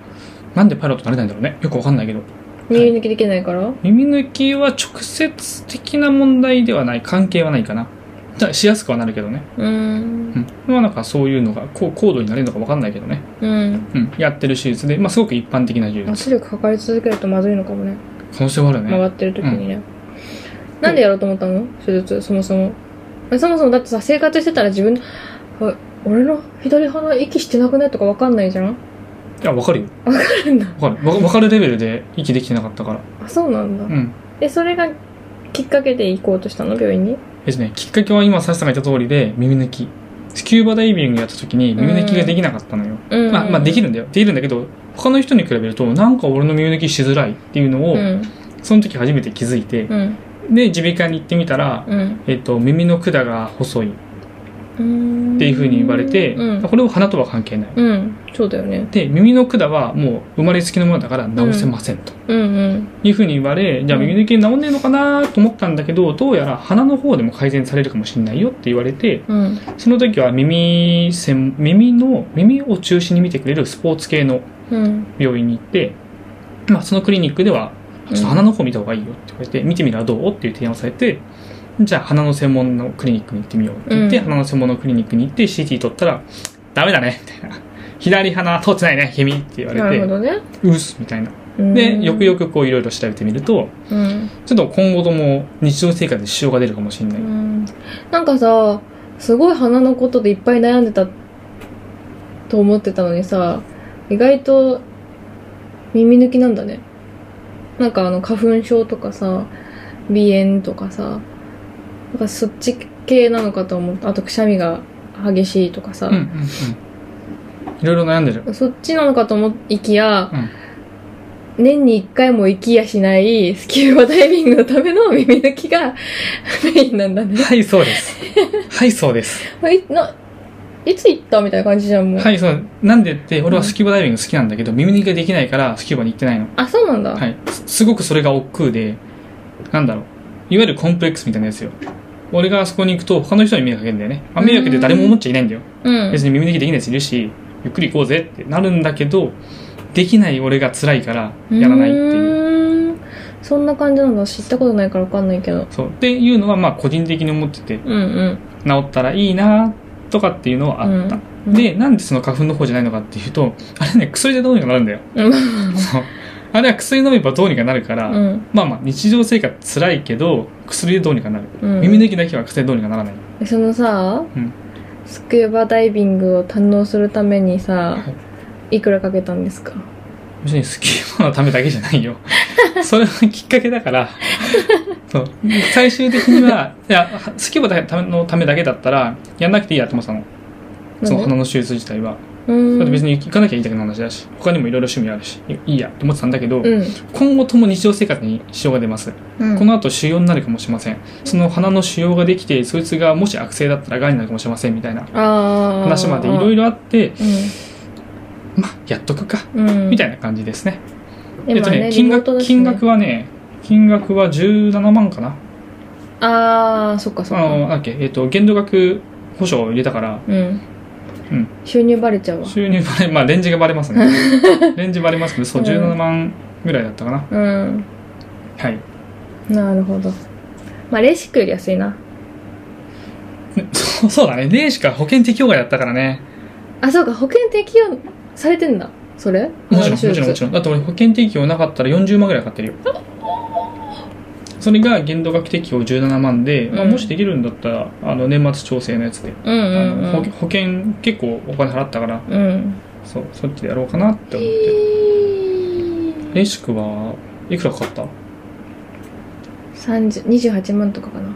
Speaker 1: なんでパイロットになれないんだろうねよくわかんないけど
Speaker 2: 耳抜きできないから
Speaker 1: 耳抜きは直接的な問題ではない関係はないかなじゃあしやすくはなるけどね。
Speaker 2: うん
Speaker 1: うん。まあなんかそういうのが、こう高度になれるのかわかんないけどね。
Speaker 2: うん
Speaker 1: うん。やってる手術で、まあすごく一般的な手術。
Speaker 2: 圧力かかり続けるとまずいのかもね
Speaker 1: 可能性はある
Speaker 2: 曲が
Speaker 1: ね。
Speaker 2: ってる時にね、なんでやろうと思ったの手術そもそもそもそもだってさ生活してたら自分であ俺の左鼻息してなくないとかわかんないじゃん
Speaker 1: いや、わかるよ。
Speaker 2: あるんだ
Speaker 1: わかる。わわかるレベルで息できてなかったから。
Speaker 2: あそうなんだ、
Speaker 1: うん。
Speaker 2: えそれがきっかけで行こうとしたの病院に
Speaker 1: えっとね、きっかけは今、サシさんが言った通りで、耳抜き。スキューバダイビングやった時に耳抜きができなかったのよ。
Speaker 2: うん
Speaker 1: まあ、まあ、でき
Speaker 2: る
Speaker 1: るんだよ。できるんだけど、他の人に比べると、なんか俺の耳抜きしづらいっていうのを、
Speaker 2: うん
Speaker 1: その時初めて気づいて、
Speaker 2: うん
Speaker 1: で、耳鼻科に行ってみたら、
Speaker 2: うん
Speaker 1: えっと、耳の管が細いっ
Speaker 2: うん
Speaker 1: ていう風に言われて、
Speaker 2: うん、
Speaker 1: これを鼻とは関係ない。
Speaker 2: うん、そうだよね
Speaker 1: で、耳の管はもう生まれつきのものだから治せませんと。
Speaker 2: うんうん
Speaker 1: いうふうに言われ、じゃあ耳抜き治んねえのかなと思ったんだけど、どうやら鼻の方でも改善されるかもしれないよって言われて、
Speaker 2: うん
Speaker 1: その時は耳専、耳の、耳を中心に見てくれるスポーツ系の
Speaker 2: うん
Speaker 1: 病院に行って、まあそのクリニックでは、ちょっと鼻の方見た方がいいよって言われて、見てみたらどうっていう提案をされて、じゃあ鼻の専門のクリニックに行ってみようって言って、
Speaker 2: うん
Speaker 1: 鼻の専門のクリニックに行って CT 取ったら、ダメだねみたいな。左鼻通ってないね、君って言わ
Speaker 2: な
Speaker 1: れ
Speaker 2: るほ
Speaker 1: て、
Speaker 2: どね
Speaker 1: うっすみたいな。で、よくよ
Speaker 2: く
Speaker 1: くこういろいろ調べてみると、
Speaker 2: うん
Speaker 1: ちょっと今後とも日常生活に支障が出るかもしれな
Speaker 2: う
Speaker 1: い。
Speaker 2: んなんかさすごい鼻のことでいっぱい悩んでたと思ってたのにさ意外と耳抜きなんだねなんかあの花粉症とかさ鼻炎とかさなんかそっち系なのかと思ったあとくしゃみが激しいとかさ、
Speaker 1: うんうんうん。いろいろ悩んでる。
Speaker 2: そっちなのかと思いきや、
Speaker 1: うん
Speaker 2: 年に一回も行きやしないスキューバダイビングのための耳抜きがメインなんだね。
Speaker 1: はい、そうです。はい、そうです。
Speaker 2: いないつ行ったみたいな感じじゃん、もう。
Speaker 1: はい、そう。なんでって、俺はスキューバダイビング好きなんだけど、耳抜きができないから、スキューバに行ってないの。
Speaker 2: あ、そうなんだ。
Speaker 1: はい。すすごくそれが億劫で、なんだろう。いわゆるコンプレックスみたいなやつよ。俺があそこに行くと、他の人に迷惑かけるんだよね。あ、迷惑で誰も思っちゃいないんだよ。
Speaker 2: うん。
Speaker 1: 別に耳抜きできないやついるし、ゆっくり行こうぜってなるんだけど、できない俺が辛いから、やらないっていう。
Speaker 2: うーん。そんな感じなんだ。知ったことないからわかんないけど。
Speaker 1: そう。っていうのは、まあ、個人的に思ってて、
Speaker 2: うんうん。
Speaker 1: 治ったらいいなとかっていうのはあった。
Speaker 2: うん
Speaker 1: で、なんでその花粉の方じゃないのかっていうと、あれね、薬でどうにかなるんだよ。
Speaker 2: うん。
Speaker 1: そう。あれは薬飲めばどうにかなるから、
Speaker 2: うん。
Speaker 1: まあまあ、日常生活辛いけど、薬でどうにかなる。
Speaker 2: うん
Speaker 1: 耳抜きだけは薬でどうにかならない。
Speaker 2: そのさ、
Speaker 1: うん
Speaker 2: スキューバダイビングを堪能するためにさ
Speaker 1: は、
Speaker 2: いくらかけたんですか
Speaker 1: 別にスキーマのためだけじゃない よ。それはきっかけだから、そう。最終的には、いや、スキーバのためだけだったら、やんなくていいやって思ってたの。その
Speaker 2: なんで
Speaker 1: 鼻の手術自体は。
Speaker 2: うーん
Speaker 1: だって別に行かなきゃいいだけの話だし、他にもいろいろ趣味あるし、いいいやって思ってたんだけど、
Speaker 2: うん。
Speaker 1: 今後とも日常生活に支障が出ます。
Speaker 2: うん
Speaker 1: この後腫瘍になるかもしれません。その鼻の腫瘍ができて、そいつがもし悪性だったら癌になるかもしれませんみたいな
Speaker 2: あー
Speaker 1: 話までいろいろあって、
Speaker 2: う
Speaker 1: まあ、やっとくか、
Speaker 2: んうん、
Speaker 1: みた
Speaker 2: い
Speaker 1: いな感じですね。
Speaker 2: な
Speaker 1: えっとね、金額、金額はね、金額は17万かな。
Speaker 2: ああそっかそっ
Speaker 1: あ
Speaker 2: か
Speaker 1: の、なんだっけ、えっと、限度額保証を入れたから、
Speaker 2: うん、
Speaker 1: うん
Speaker 2: 収入バレちゃうわ
Speaker 1: 収入バレ、まあ、レンジがバレますね。レンジバレますけど、そう、
Speaker 2: うん
Speaker 1: 17万ぐらいだったかな。
Speaker 2: うん
Speaker 1: はい。
Speaker 2: なるほどまあレーシックより安いな
Speaker 1: そうそうだね。例しか保険適用外だったからね。
Speaker 2: あそうか保険適用されてんだそれ
Speaker 1: もちろん、もちろん、も
Speaker 2: 手
Speaker 1: ち
Speaker 2: 術
Speaker 1: ろん。だって俺保険適用なかったら40万ぐらい買ってるよ。それが限度額適用17万で、まあ、
Speaker 2: うん
Speaker 1: もしできるんだったら、あの、年末調整のやつで。
Speaker 2: うん
Speaker 1: あ
Speaker 2: うん
Speaker 1: の
Speaker 2: う
Speaker 1: 保
Speaker 2: ん
Speaker 1: 保険結構お金払ったから、
Speaker 2: うん
Speaker 1: そう、そっちでやろうかなって思って。レシックはいくらかかった
Speaker 2: 30 28万とかかな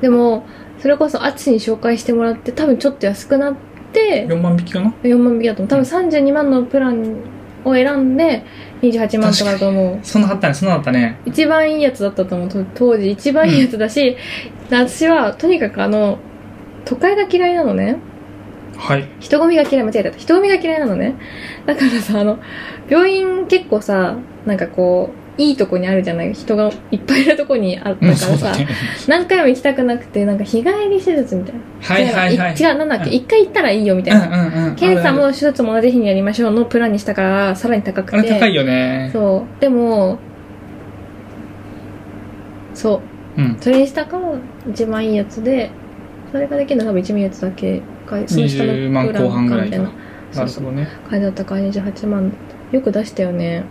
Speaker 2: でもそれこそアツに紹介してもらって多分ちょっと安くなって
Speaker 1: 4万引きかな
Speaker 2: 4万引きだと思う多分32万のプランを選んで28万とかだと思う
Speaker 1: そんなあったね、そんなあったね。
Speaker 2: 一番いいやつだったと思うと当時一番いいやつ だし、私はとにかくあの都会が嫌いなのね
Speaker 1: はい。
Speaker 2: 人混みが嫌い間違えた人混みが嫌いなのねだからさあの病院結構さなんかこういいとこにあるじゃない人がいっぱいいるとこにあったか
Speaker 1: うん、
Speaker 2: ら
Speaker 1: そう
Speaker 2: さ、
Speaker 1: だね。
Speaker 2: 何回も行きたくなくてなんか日帰り手術みたいな
Speaker 1: はいはいはい。
Speaker 2: 違うなんだっけ
Speaker 1: うん
Speaker 2: 一、回行ったらいいよみた
Speaker 1: う
Speaker 2: い
Speaker 1: ん
Speaker 2: な、
Speaker 1: うんうん。
Speaker 2: 検査も手術も同じ日にやりましょうのプランにしたから、さらに高くて。
Speaker 1: あれ高いよね。
Speaker 2: そう。でも、そう。
Speaker 1: うん。
Speaker 2: それにしたから、一番いいやつで、それができるのは多分1ミリだけかその下の
Speaker 1: 20万後半ぐらいかな
Speaker 2: プランかみたいな
Speaker 1: な
Speaker 2: そう
Speaker 1: る
Speaker 2: そ
Speaker 1: ほ
Speaker 2: う
Speaker 1: どね
Speaker 2: 感じだったから28万よく出したよね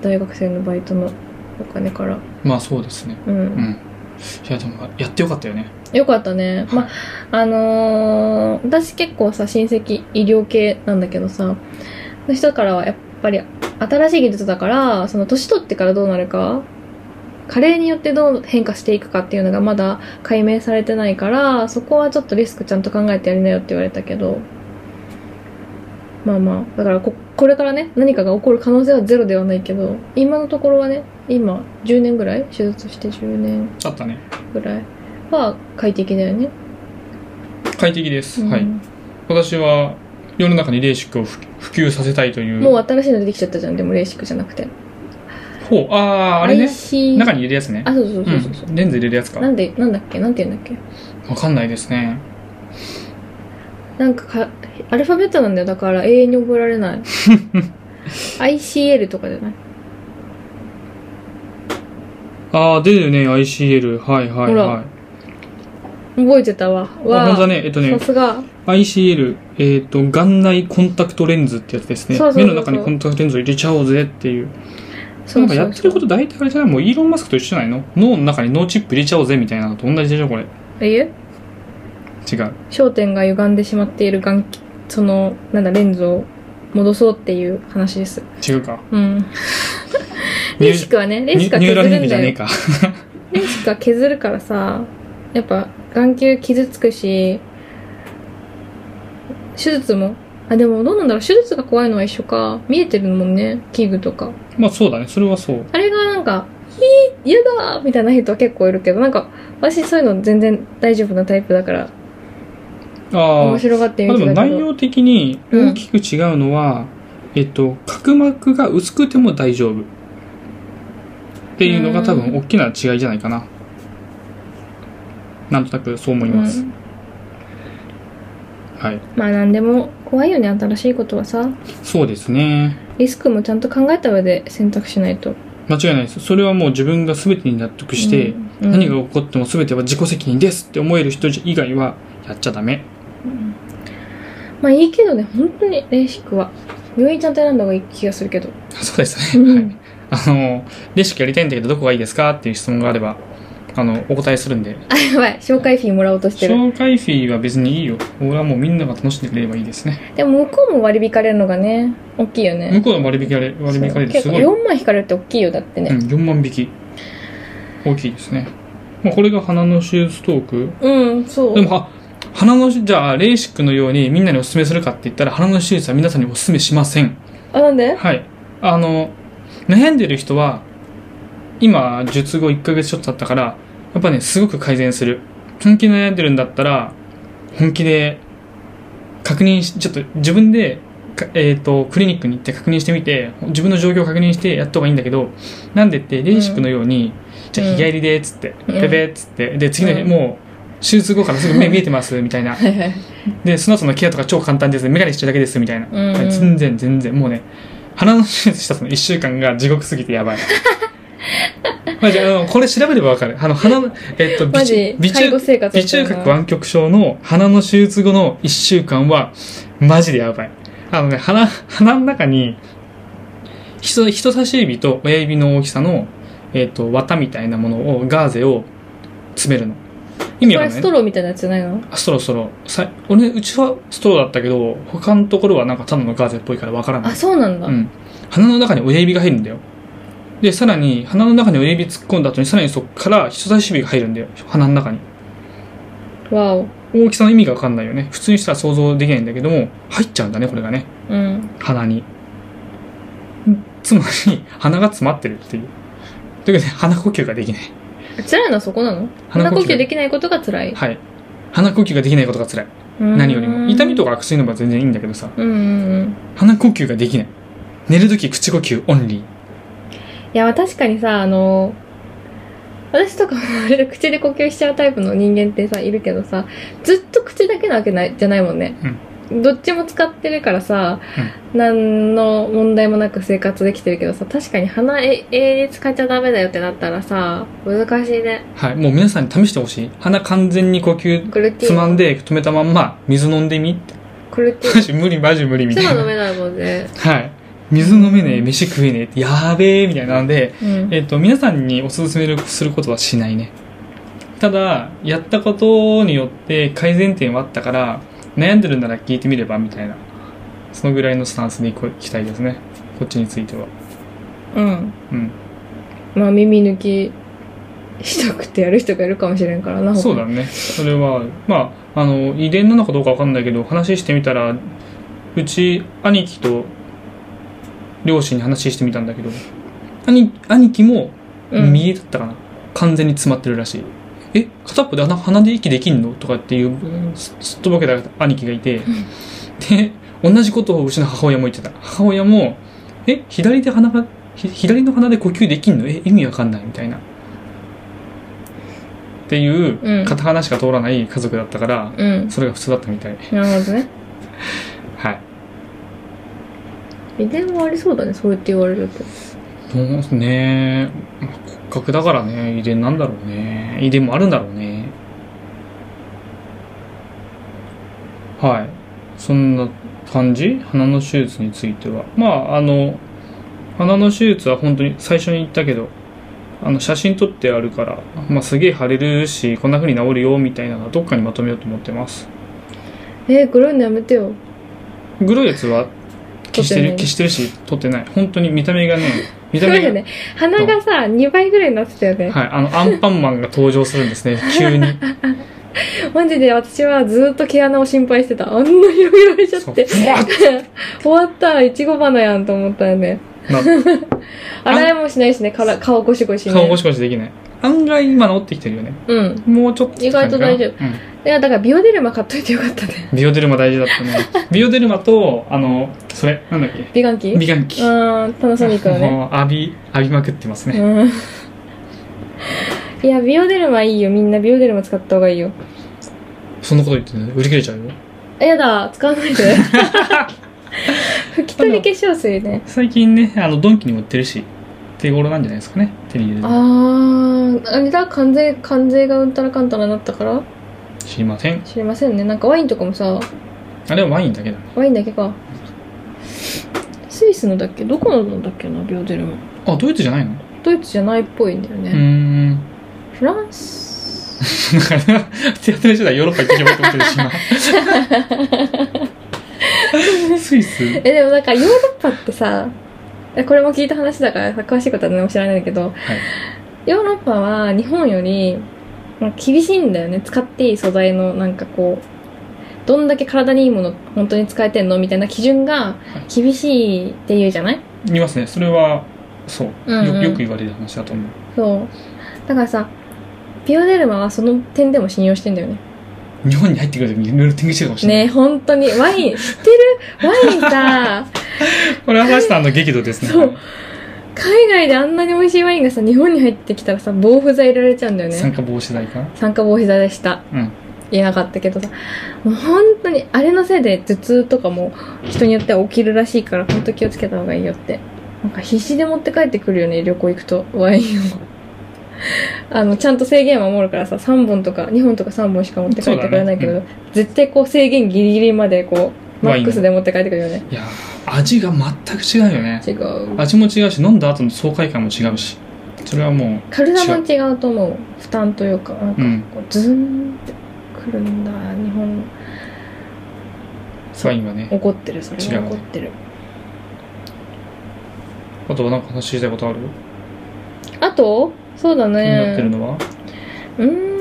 Speaker 2: 大学生のバイトのお金から
Speaker 1: まあそうですね
Speaker 2: うん、
Speaker 1: うんいやでもやってよかったよね
Speaker 2: よかったねまああのー私結構さ親戚医療系なんだけどさの人からはやっぱり新しい技術だからその年取ってからどうなるか加齢によってどう変化していくかっていうのがまだ解明されてないからそこはちょっとリスクちゃんと考えてやりなよって言われたけどまあまあだからここれからね何かが起こる可能性はゼロではないけど今のところはね今10年ぐらい手術して10年
Speaker 1: だったね
Speaker 2: ぐらいは快適だよね。
Speaker 1: 快適です、
Speaker 2: うん
Speaker 1: はい私は世の中にレーシックを普普及させたいという
Speaker 2: もう新しいの出てきちゃったじゃん、でもレーシックじゃなくて。
Speaker 1: ほうあああれね
Speaker 2: IC
Speaker 1: 中に入れるやつね
Speaker 2: あ、そうそうそうそうそう
Speaker 1: うん、レンズ入れるやつか
Speaker 2: なんで、なんだっけなんて言うんだっけ
Speaker 1: わかんないですね
Speaker 2: なんかか、アルファベットなんだよ。だから永遠に覚えられ ない。ICL とかじゃない、
Speaker 1: ああ出るね ICL はいはい
Speaker 2: ほ
Speaker 1: は
Speaker 2: ら
Speaker 1: い
Speaker 2: 覚えてたわ。わ
Speaker 1: あ本当だねえっとね
Speaker 2: さすが。
Speaker 1: ICL、えっと眼内コンタクトレンズってやつですね
Speaker 2: そうそうそうそう
Speaker 1: 目の中にコンタクトレンズを入れちゃおうぜっていう
Speaker 2: そ
Speaker 1: な
Speaker 2: うん
Speaker 1: かや
Speaker 2: そ
Speaker 1: っ
Speaker 2: う
Speaker 1: てる
Speaker 2: そ
Speaker 1: こ
Speaker 2: う
Speaker 1: と。大体あれじゃないもうイーロン・マスクと一緒じゃないの脳の中に脳チップ入れちゃおうぜみたいなのと同じでしょこれ違
Speaker 2: え
Speaker 1: う
Speaker 2: 焦点が歪んでしまっている眼気、その、なんだ、レンズを戻そうっていう話です。
Speaker 1: 違うか
Speaker 2: うん。レーシックはね、レー
Speaker 1: ニ
Speaker 2: シックは
Speaker 1: ュー
Speaker 2: 削
Speaker 1: ラル
Speaker 2: る
Speaker 1: 変
Speaker 2: ん
Speaker 1: 化じゃ
Speaker 2: だ
Speaker 1: ねえ
Speaker 2: よ。
Speaker 1: か
Speaker 2: レーシックは削るからさ、やっぱ眼球傷つくし、手術も。あ、でもどうなんだろう手術が怖いのは一緒か。見えてるもんね、器具とか。
Speaker 1: まあそうだねそれはそう
Speaker 2: あれがなんか、ひー、嫌だーみたいな人は結構いるけど、なんか、私そういうの全然大丈夫なタイプだから、
Speaker 1: あ
Speaker 2: 面
Speaker 1: ー
Speaker 2: 白がって
Speaker 1: まあ
Speaker 2: 見
Speaker 1: で
Speaker 2: て
Speaker 1: も
Speaker 2: たけ
Speaker 1: 内
Speaker 2: ど。
Speaker 1: 容的に大きく違うのは、えっと角膜が薄くても大丈夫っていうのが多分大きな違いじゃないかななんとなくそう思います、
Speaker 2: うん
Speaker 1: はい
Speaker 2: まあなんでも怖いよね、新しいことはさ。
Speaker 1: そうですね
Speaker 2: リスクもちゃんと考えた上で選択しないと。
Speaker 1: 間違いないですそれはもう自分が全てに納得して、
Speaker 2: うん、
Speaker 1: 何が起こっても全ては自己責任ですって思える人以外はやっちゃダメ
Speaker 2: まあいいけどね、本当にレーシックは。病院ちゃんと選んだ方がいい気がするけど。
Speaker 1: そうです
Speaker 2: う
Speaker 1: ね、
Speaker 2: ん
Speaker 1: はいあのレシピやりたいんだけどどこがいいですかっていう質問があればあのお答えするんで
Speaker 2: あ、やばい。紹介フィーもらおうとしてる。
Speaker 1: 紹介フィーは別にいいよ俺はもうみんなが楽しんでくれればいいですね
Speaker 2: でも向こうも割り引かれるのがね、大きいよ
Speaker 1: 向
Speaker 2: ね。
Speaker 1: こうの割引かれ割引かれる
Speaker 2: 結
Speaker 1: す
Speaker 2: 構
Speaker 1: ごい、うん、
Speaker 2: 4万引かれるって大きいよ、だってね。
Speaker 1: 4万匹大きいですね、まあ、これが花の手術トーク
Speaker 2: うん、そう。
Speaker 1: でもは鼻のじゃあレーシックのようにみんなにおすすめするかって言ったら鼻の手術は皆さんにおすすめしません
Speaker 2: あ、なんで
Speaker 1: はいあの悩んでる人は今術後1ヶ月ちょっと経ったからやっぱねすごく改善する本気で悩んでるんだったら本気で確認しちょっと自分でかえー、とクリニックに行って確認してみて自分の状況を確認してやった方がいいんだけどなんでってレーシックのように、じゃあ日帰りでっつって、
Speaker 2: うん
Speaker 1: ペペっつってで次の日、
Speaker 2: うん
Speaker 1: もう手術後からすぐ目見えてますみたいな
Speaker 2: はいはい。
Speaker 1: で、その後のケアとか超簡単です。メガネしてるだけです、みたいな。
Speaker 2: うんうん
Speaker 1: はい全然、全然。もうね、鼻の手術したその1週間が地獄すぎてやばい。 マジ、あの、これ調べればわかる。あの、鼻の、えっと、
Speaker 2: マジ、
Speaker 1: 微
Speaker 2: 介護
Speaker 1: 中、
Speaker 2: 生活
Speaker 1: 微
Speaker 2: みた
Speaker 1: 中
Speaker 2: いな
Speaker 1: 隔湾曲症の鼻の手術後の1週間は、マジでやばい。あのね、鼻、鼻の中に、人、人差し指と親指の大きさの、えっと、綿みたいなものを、ガーゼを詰めるの。意味
Speaker 2: こ
Speaker 1: わか
Speaker 2: れ
Speaker 1: んない
Speaker 2: ストローみたいなやつじゃないの
Speaker 1: あそろそろさ俺うちはストローだったけど他のところはなんかただのガーゼっぽいからわからな
Speaker 2: あ、
Speaker 1: い
Speaker 2: そうなんだ
Speaker 1: う。ん鼻の中に親指が入るんだよでさらに鼻の中に親指突っ込んだ後にさらにそこから人差し指が入るんだよ鼻の中に
Speaker 2: わお。
Speaker 1: 大きさの意味がわかんないよね普通にしたら想像できないんだけども入っちゃうんだねこれがね
Speaker 2: うん。
Speaker 1: 鼻にんつまり鼻が詰まってるっていうというかね鼻呼吸ができない
Speaker 2: 辛いのはそこなの
Speaker 1: 鼻
Speaker 2: 鼻
Speaker 1: 呼
Speaker 2: 呼
Speaker 1: 吸
Speaker 2: 吸できないことが辛い。
Speaker 1: はい鼻呼吸ができないことが辛い何よりも痛みと
Speaker 2: か。
Speaker 1: か悪性の方が全然いいんだけどさ
Speaker 2: うんうんうん。
Speaker 1: 鼻呼吸ができない寝るとき口呼吸オンリー
Speaker 2: いや、確かにさ、あの、私とかも口で呼吸しちゃうタイプの人間ってさ、いるけどさ、ずっと口だけなわけないじゃないもんね。
Speaker 1: うん
Speaker 2: どっちも使ってるからさ、何の問題もなく生活できてるけどさ、確かに鼻え永遠に使っちゃダメだよってなったらさ、難しいね。
Speaker 1: はい。もう皆さんに試してほしい。鼻完全に呼吸
Speaker 2: クルティ
Speaker 1: つま
Speaker 2: ー
Speaker 1: んで止めたまんま水飲んでみって。
Speaker 2: クルティ
Speaker 1: マジ無理マジ無理み
Speaker 2: す
Speaker 1: た
Speaker 2: ぐ
Speaker 1: い
Speaker 2: 飲
Speaker 1: な。
Speaker 2: めないもんね。
Speaker 1: はい。水飲めねえ、飯食えねえって、やべえみたいなんで、
Speaker 2: うん。
Speaker 1: えっ、と、皆さんにおすすめすることはしないね。ただ、やったことによって改善点はあったから、悩んでるなら聞いてみればみたいな。そのぐらいのスタンスでいこいきたいですね。こっちについては。
Speaker 2: うん。
Speaker 1: うん。
Speaker 2: まあ耳抜きしたくてやる人がいるかもしれんからな。
Speaker 1: そうだね。それは、まあ、あの、遺伝なのかどうかわかんないけど、話してみたら、うち、兄貴と、両親に話してみたんだけど、兄、兄貴も、
Speaker 2: うん
Speaker 1: 見えだったかな、完全に詰まってるらしい。え、片っぽで鼻鼻で息できんのとかっていう、すすっとぼけた兄貴がいて、で、同じことをうちの母親も言ってた。母親も、え、左で鼻が、ひ左の鼻で呼吸できんのえ、意味わかんないみたいな。っていうう、
Speaker 2: ん
Speaker 1: 片鼻しか通らない家族だったから、
Speaker 2: うん。
Speaker 1: それが普通だったみたい。
Speaker 2: なるほどね。
Speaker 1: はい。
Speaker 2: 遺伝はありそうだね、そうやって言われると。
Speaker 1: そうですね。まあ骨格だからね、遺伝なんだろうね。遺伝もあるんだろうね。はい。そんな感じ鼻の手術については。まあ、あの、鼻の手術は本当に最初に言ったけど、あの、写真撮ってあるから、まあ、すげえ腫れるし、こんな風に治るよ、みたいなのはどっかにまとめようと思ってます。
Speaker 2: えー、黒いのやめてよ。
Speaker 1: グロいやつは消してる、
Speaker 2: 撮ってない
Speaker 1: 消してるし、撮ってない。本当に見た目がね、見た
Speaker 2: そう
Speaker 1: 目
Speaker 2: だ
Speaker 1: が
Speaker 2: よね。鼻がさ、2倍ぐらいになってたよね。
Speaker 1: はい、あの、アンパンマンが登場するんです ね、急に。
Speaker 2: マジで私はずっと毛穴を心配してた。あんな広げられちゃって。 終わった、いちご花やんと思ったよね。
Speaker 1: な
Speaker 2: 洗いもしないしね、から顔ゴシゴシね。
Speaker 1: 顔ゴシゴシできない。案外今治ってきてるよね。
Speaker 2: うん。
Speaker 1: もうちょっとって感じかな。
Speaker 2: 意外と
Speaker 1: 丈夫。
Speaker 2: いや、だからビオデルマ買っといてよかったね。
Speaker 1: ビオデルマ大事だった ね。ビオデルマと、あの、それ、なんだっけ、
Speaker 2: 美顔器う
Speaker 1: 美顔器。
Speaker 2: ーん、パナソニックのね。
Speaker 1: もう浴び、浴びまくってますね。
Speaker 2: うん。いや、ビオデルマいいよ。みんなビオデルマ使った方がいいよ。
Speaker 1: そんなこと言ってね、売り切れちゃうよ。
Speaker 2: あやだ、使わな いで。拭き取り化粧水ね。
Speaker 1: 最近ね、あの、ドンキにも売ってるし、手頃なんじゃないですかね、手に入れる
Speaker 2: あ
Speaker 1: の
Speaker 2: ー、あれだ、関税、関税がうんたらかんたらになったから
Speaker 1: 知りません。
Speaker 2: 知りませんね。なんかワインとかもさ、
Speaker 1: あれはワインだけだね。
Speaker 2: ワインだけか。スイスのだっけどこのなんだっけな、ビオデルマ。
Speaker 1: あ、ドイツじゃないの
Speaker 2: ドイツじゃないっぽいんだよ
Speaker 1: う
Speaker 2: ね。
Speaker 1: ーん。
Speaker 2: フランス
Speaker 1: だから、手当たり次第ヨーロッパ行ってしまうと思ってるし 今スイス
Speaker 2: え、でもなんかヨーロッパってさ、えこれも聞いた話だからさ詳しいことは何も知らないんだけど、
Speaker 1: はい。
Speaker 2: ヨーロッパは日本よりまあ厳しいんだよね。使っていい素材のなんかこう、どんだけ体にいいもの本当に使えてんのみたいな基準が厳しいって言うじゃない
Speaker 1: 言いますね。それは、そう。よ
Speaker 2: うんうん
Speaker 1: よく言われる話だと思う。
Speaker 2: そう。だからさ、ビオデルマはその点でも信用してんだよね。
Speaker 1: 日本に入ってくるときにルーティングしてるかもしれない。
Speaker 2: ねえ、本当に。ワイン、知ってるワインさ、
Speaker 1: これはマスターの激怒ですね。
Speaker 2: そう海外であんなに美味しいワインがさ、日本に入ってきたらさ、防腐剤入れられちゃうんだよ
Speaker 1: 酸
Speaker 2: ね。
Speaker 1: 化防止剤かな
Speaker 2: 酸化防止剤でした。
Speaker 1: うん。
Speaker 2: 言えなかったけどさ、もう本当に、あれのせいで頭痛とかも人によっては起きるらしいから、本当気をつけた方がいいよって。なんか必死で持って帰ってくるよね、旅行行くと、ワインを。 あの、ちゃんと制限守るからさ、3本とか、2本とか3本しか持って帰ってくれないけ
Speaker 1: そ
Speaker 2: ど、絶対こう制限ギリギリまでこう、マ
Speaker 1: ワイン
Speaker 2: ックスで持って帰ってくるよね。
Speaker 1: いやー、味が全く違うよね。
Speaker 2: 違う。
Speaker 1: 味も違うし、飲んだ後の爽快感も違うし。それはも
Speaker 2: 体も違うと思う。負担というか、なん
Speaker 1: う、う
Speaker 2: か
Speaker 1: ん。
Speaker 2: こう、ズーンってくるんだ、日本。
Speaker 1: ワインはね。
Speaker 2: 怒ってる、それ
Speaker 1: 違うね
Speaker 2: は怒ってる。
Speaker 1: あとはなんか話したいことある
Speaker 2: あと、そうだ
Speaker 1: 気になってる
Speaker 2: ね。
Speaker 1: のは
Speaker 2: うーん。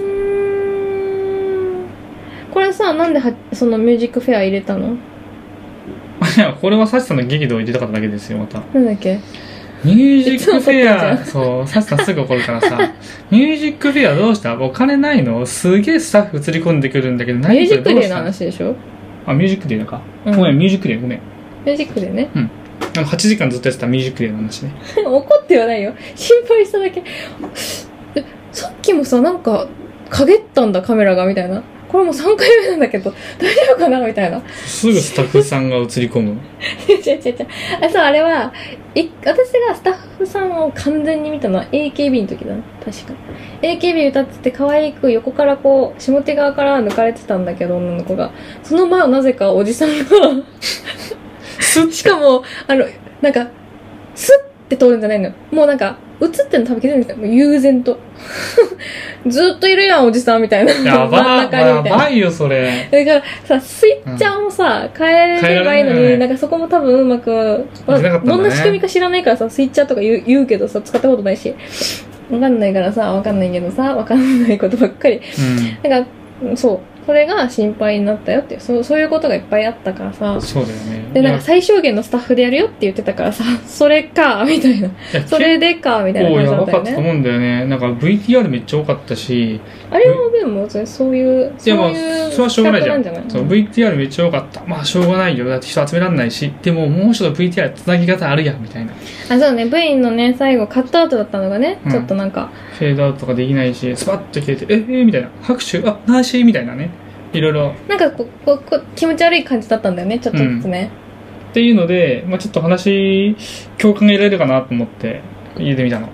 Speaker 2: これさ、なんでは、そのミュージックフェア入れたの
Speaker 1: あいや、これはサチさんの激怒を入れたかっただけですよ、また。
Speaker 2: なんだっけ
Speaker 1: ミュージックフェア、そう、サチさんすぐ怒るからさ、 ミュージックフェアどうしたお金ないのすげえスタッフ映り込んでくるんだけど、
Speaker 2: ミュ
Speaker 1: 何
Speaker 2: ー
Speaker 1: そ
Speaker 2: ジ
Speaker 1: れ
Speaker 2: ック
Speaker 1: どう
Speaker 2: デー
Speaker 1: し
Speaker 2: の
Speaker 1: たの
Speaker 2: 話でしょ
Speaker 1: あ、ミュージックデーだか。
Speaker 2: うん
Speaker 1: ごめん、ミュージックデーごめん。
Speaker 2: ミュージックデーね。
Speaker 1: あの8時間ずっとやってたミュージックデーの話ね。
Speaker 2: 怒ってはないよ。心配しただけ。えさっきもさ、なんか、陰ったんだ、カメラが、みたいな。これもう3回目なんだけど、大丈夫かなみたいな。
Speaker 1: すぐスタッフさんが映り込む。
Speaker 2: 違う違う違う。あ、そう、あれは、い、私がスタッフさんを完全に見たのは AKB の時だね。確か。AKB 歌ってて可愛く横からこう、下手側から抜かれてたんだけど、女の子が。その前をなぜかおじさん が、しかも、あの、なんか、スッて通るんじゃないのよ。もうなんか、映ってんの多分気づいてるんですよ。もう悠然と。 ずっといるやん、おじさんみたいな。
Speaker 1: やば、
Speaker 2: に
Speaker 1: や
Speaker 2: みたいな。
Speaker 1: ばいよ、それ。
Speaker 2: だからさ、スイッチャーもさ、変えればいいの
Speaker 1: 変えられないよね
Speaker 2: に、なんかそこも多分うまく、ま
Speaker 1: できなかったんだね
Speaker 2: あどんな仕組みか知らないからさ、スイッチャーとか言う言うけどさ、使ったことないし、わかんないからさ、わかんないけどさ、わかんないことばっかり。だから、うんそう、それが心配になったよっていう、そうそういうことがいっぱいあったから
Speaker 1: う
Speaker 2: さ
Speaker 1: ん。、そうだよね。
Speaker 2: で、
Speaker 1: い
Speaker 2: なん
Speaker 1: や
Speaker 2: か最小限のスタッフでやるよって言ってたからさ、 それか、みたいな。
Speaker 1: いや
Speaker 2: それでか、みたい
Speaker 1: 結
Speaker 2: な
Speaker 1: 構やば
Speaker 2: 感じだった
Speaker 1: か
Speaker 2: よ
Speaker 1: ったと
Speaker 2: ね。
Speaker 1: 思うんだよね。なんか VTR めっちゃ多かったし、
Speaker 2: あれもでも、そういう、
Speaker 1: い
Speaker 2: そう
Speaker 1: やまあ、
Speaker 2: いう、
Speaker 1: それはしょうがないじゃん。
Speaker 2: 企画なんじ
Speaker 1: そ
Speaker 2: ゃ
Speaker 1: う
Speaker 2: な
Speaker 1: VTR
Speaker 2: い
Speaker 1: めっちゃ多かった。まあ、しょうがないよ。だって人集めらんないし。でも、もうちょっと VTR つなぎ方あるやん、みたいな。
Speaker 2: あ、そうね、V のね、最後、カットアウトだったのがね、
Speaker 1: うん
Speaker 2: ちょっとなんか、
Speaker 1: フェードアウトとかできないし、スパッと切れて、え、えみたいな。拍手あ、なしみたいなね。いろいろ。
Speaker 2: なんかこうこうこう気持ち悪い感じだったんだよねちょっとずつね、
Speaker 1: っていうので、まあ、ちょっと話、共感が得られるかなと思って、入れてみたの。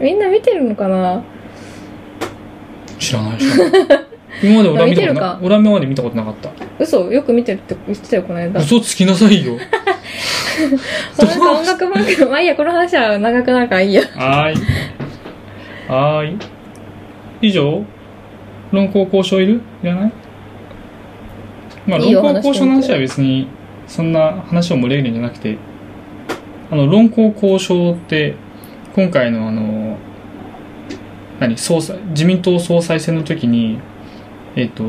Speaker 2: みんな見てるのかな
Speaker 1: 知らない、知らない。今まで俺は見た ことな
Speaker 2: 見てるか
Speaker 1: 俺は今まで見たことなかった。
Speaker 2: 嘘よく見てるって言ってたよこの間こ
Speaker 1: 嘘つきなさいよ。
Speaker 2: の間音楽 番組まあいいやこの話は長くなるからいいや
Speaker 1: はーい。はーい。以上論考交渉いるいらないまあ、
Speaker 2: いいよ
Speaker 1: 論考交渉の
Speaker 2: 話し
Speaker 1: 話
Speaker 2: て
Speaker 1: は別に、そんな話を盛り上げるんじゃなくて、あの、論考交渉って、今回のあの、何、総裁、自民党総裁選の時に、えっ、と、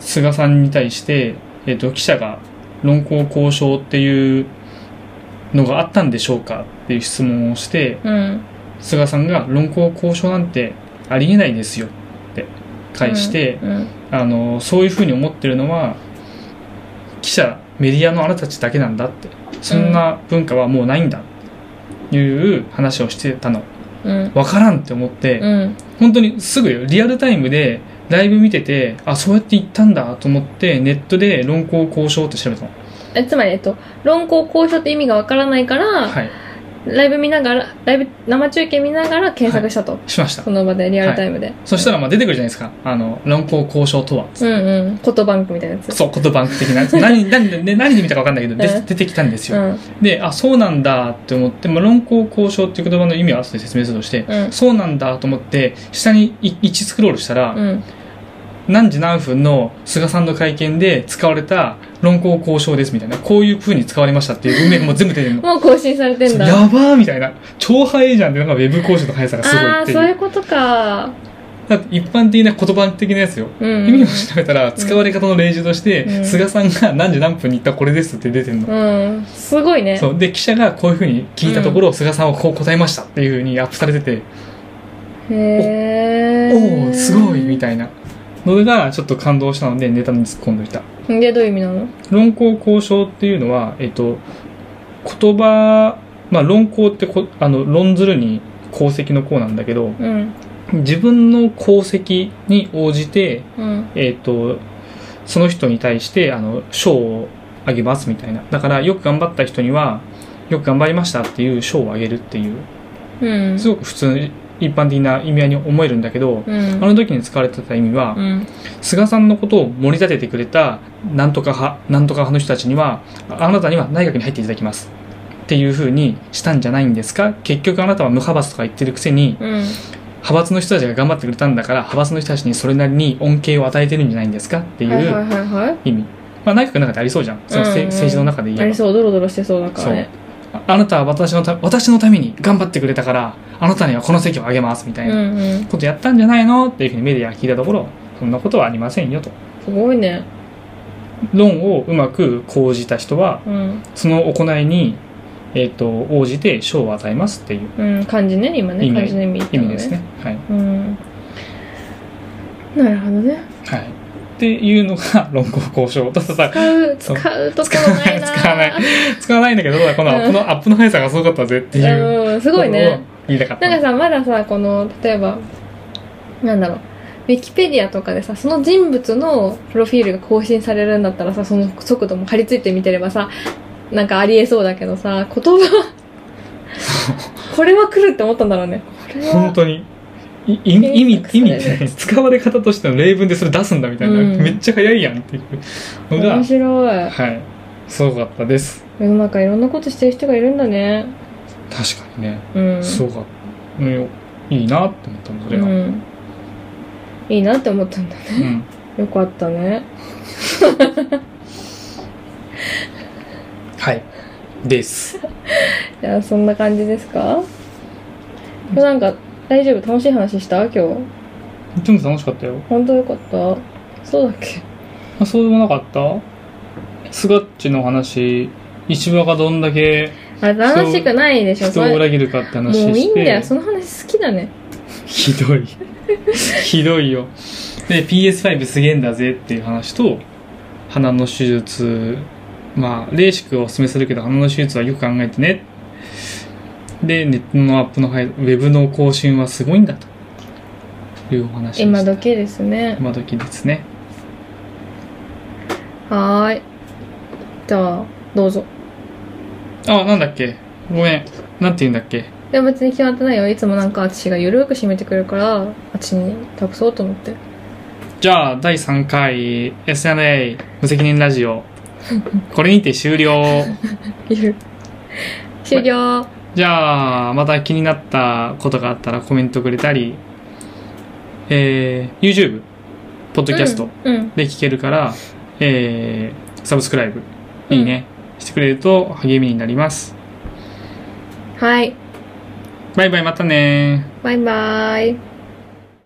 Speaker 1: 菅さんに対して、えっ、と、記者が論考交渉っていうのがあったんでしょうかっていう質問をして、
Speaker 2: うん
Speaker 1: 菅さんが論考交渉なんてありえないですよって返して、
Speaker 2: うんうん
Speaker 1: あのそういうふうに思ってるのは記者メディアのあなたたちだけなんだってそんな文化はもうないんだっていう話をしてたの
Speaker 2: うん
Speaker 1: 分からんって思って、
Speaker 2: うん
Speaker 1: 本当にすぐよリアルタイムでライブ見ててあそうやって言ったんだと思ってネットで論考交渉って調べたの、
Speaker 2: えつまり、えっと、論考交渉って意味がわからないから、
Speaker 1: はい
Speaker 2: ライブ見ながら、ライブ、生中継見ながら検索したと。
Speaker 1: しました
Speaker 2: その場で、リアルタイムで。
Speaker 1: そしたらまあ出てくるじゃないですかあの論考交渉とは
Speaker 2: うんうん。言葉ンクみたいなやつ。
Speaker 1: そう、言葉的な。何、何で、ね何で見たか分かんないけど、
Speaker 2: う
Speaker 1: で
Speaker 2: ん
Speaker 1: 出てきたんです
Speaker 2: う
Speaker 1: よ。
Speaker 2: ん。
Speaker 1: で、あ、そうなんだって思って、まあ、論考交渉っていう言葉の意味を後で説明するとして、
Speaker 2: うん
Speaker 1: そうなんだと思って、下にい1スクロールしたら、
Speaker 2: うん。
Speaker 1: 何時何分の菅さんの会見で使われた論考交渉ですみたいな、こういう風に使われましたっていう文脈も全部出てるの。
Speaker 2: もう更新されてんだ。
Speaker 1: やばーみたいな。超速いじゃんって、なんかウェブ交渉の速さがすごい
Speaker 2: あ
Speaker 1: っ
Speaker 2: あ
Speaker 1: てい
Speaker 2: ー、
Speaker 1: う。
Speaker 2: そういうことか。
Speaker 1: だって一般的な言葉的なやつよ。
Speaker 2: うん、うん。
Speaker 1: 意味を調べたら、使われ方の例示として、
Speaker 2: うん
Speaker 1: 菅さんが何時何分に行ったこれですって出てるの。
Speaker 2: うん。すごいね。
Speaker 1: そうで記者がこういうふうに聞いたところ、菅さんはこう答えましたっていうふうにアップされてて、
Speaker 2: へー
Speaker 1: おおすごいみたいなのがちょっと感動したのでネタに突っ込んでみた
Speaker 2: でどういう意味なの
Speaker 1: 論考交渉っていうのは、えっと、言葉、まあ、論考ってこあの論ずるに功績の功なんだけど
Speaker 2: うん
Speaker 1: 自分の功績に応じて、
Speaker 2: うん
Speaker 1: えっと、その人に対してあの賞をあげますみたいなだからよく頑張った人にはよく頑張りましたっていう賞をあげるっていう
Speaker 2: うん
Speaker 1: すごく普通の一般的な意味合いに思えるんだけど、
Speaker 2: うん
Speaker 1: あの時に使われてた意味は、
Speaker 2: うん
Speaker 1: 菅さんのことを盛り立ててくれたなんとか派なんとか派の人たちにはああなたには内閣に入っていただきますっていうふうにしたんじゃないんですか結局あなたは無派閥とか言ってるくせに
Speaker 2: うん
Speaker 1: 派閥の人たちが頑張ってくれたんだから派閥の人たちにそれなりに恩恵を与えてるんじゃないんですかってい
Speaker 2: はいはいうはいはい
Speaker 1: 意味、まあ、内閣の中でありそうじゃんそのせ、
Speaker 2: うんうん
Speaker 1: 政治の中で言え
Speaker 2: あ
Speaker 1: ば
Speaker 2: りそうドロドロしてそうだか
Speaker 1: そ
Speaker 2: ら
Speaker 1: う
Speaker 2: ね。
Speaker 1: ああなたは私のた私のために頑張ってくれたから、あなたにはこの席をあげますみた
Speaker 2: う
Speaker 1: いなん
Speaker 2: うん
Speaker 1: ことやったんじゃないのっていうふうにメディアが聞いたところ、そんなことはありませんよと。
Speaker 2: すごいね
Speaker 1: 論をうまく講じた人は、
Speaker 2: うん
Speaker 1: その行いに、えっ、と、応じて賞を与えますっていう
Speaker 2: うん漢字ね今ね
Speaker 1: 意味
Speaker 2: 漢字の意味言った
Speaker 1: 意
Speaker 2: の
Speaker 1: 味ですね。はい。
Speaker 2: うんなるほどね
Speaker 1: はい。っていうのが 論考交渉。だってさ、
Speaker 2: 使う
Speaker 1: そう
Speaker 2: 使うところない な
Speaker 1: 使わない使わないんだけど、このアップの、アップの速さがすごかったぜっていう。
Speaker 2: うんすごいね
Speaker 1: 言いたかった。
Speaker 2: なんかさまださこの例えばなんだろうウィキペディアとかでさその人物のプロフィールが更新されるんだったらさその速度も張り付いて見てればさなんかありえそうだけどさ言 葉これは来るって思ったんだろうねこれは
Speaker 1: 本当に。い意味、意味、意味ってない使われ方としての例文でそれ出すんだみたいな、
Speaker 2: うん
Speaker 1: めっちゃ早いやんっていうのが
Speaker 2: 面、白い
Speaker 1: はい。すごかったです。
Speaker 2: 世の中いろんなことしてる人がいるんだね
Speaker 1: 確かにね。
Speaker 2: うん
Speaker 1: すごかった。うんよいいなって思ったの、それ
Speaker 2: う
Speaker 1: が。うん。
Speaker 2: ん、いいなって思ったんだねよかったね
Speaker 1: はい。です。
Speaker 2: じゃあそんな感じですか今日なんか大丈夫楽しい話した今日
Speaker 1: でも楽しかったよ。
Speaker 2: 本当よかったそうだっけ
Speaker 1: あそうでもなかったスガッチの話、石破がどんだけ
Speaker 2: あれ楽しくないでしょ
Speaker 1: 人を裏切るかって
Speaker 2: も
Speaker 1: 話し
Speaker 2: う
Speaker 1: て。
Speaker 2: いいんだよその話好きだね
Speaker 1: ひどい。ひどいよ。で、PS5 すげえんだぜっていう話と、鼻の手術、まあ、レーシックをお勧めするけど、鼻の手術はよく考えてね。で、ネットのアップの配、ウェブの更新はすごいんだと。いうお話でした
Speaker 2: 今時ですね
Speaker 1: 今時ですね。
Speaker 2: はーいじゃあどうぞ
Speaker 1: あ、なんだっけごめん。なんて言うんだっけ
Speaker 2: いや別に決まってないよいつもなんか私がゆるく締めてくるから私に託そうと思って
Speaker 1: じゃあ、第3回 SNA 無責任ラジ オ。これにて終了。
Speaker 2: ゆる終了
Speaker 1: じゃあ、また気になったことがあったらコメントくれたり、えー、YouTube、ポッドキャスト
Speaker 2: うん、うん、
Speaker 1: で聞けるから、えー、サブスクライブ、
Speaker 2: うん
Speaker 1: いいね、してくれると励みになります。
Speaker 2: はい
Speaker 1: バイバイ、またねー。
Speaker 2: バイバイ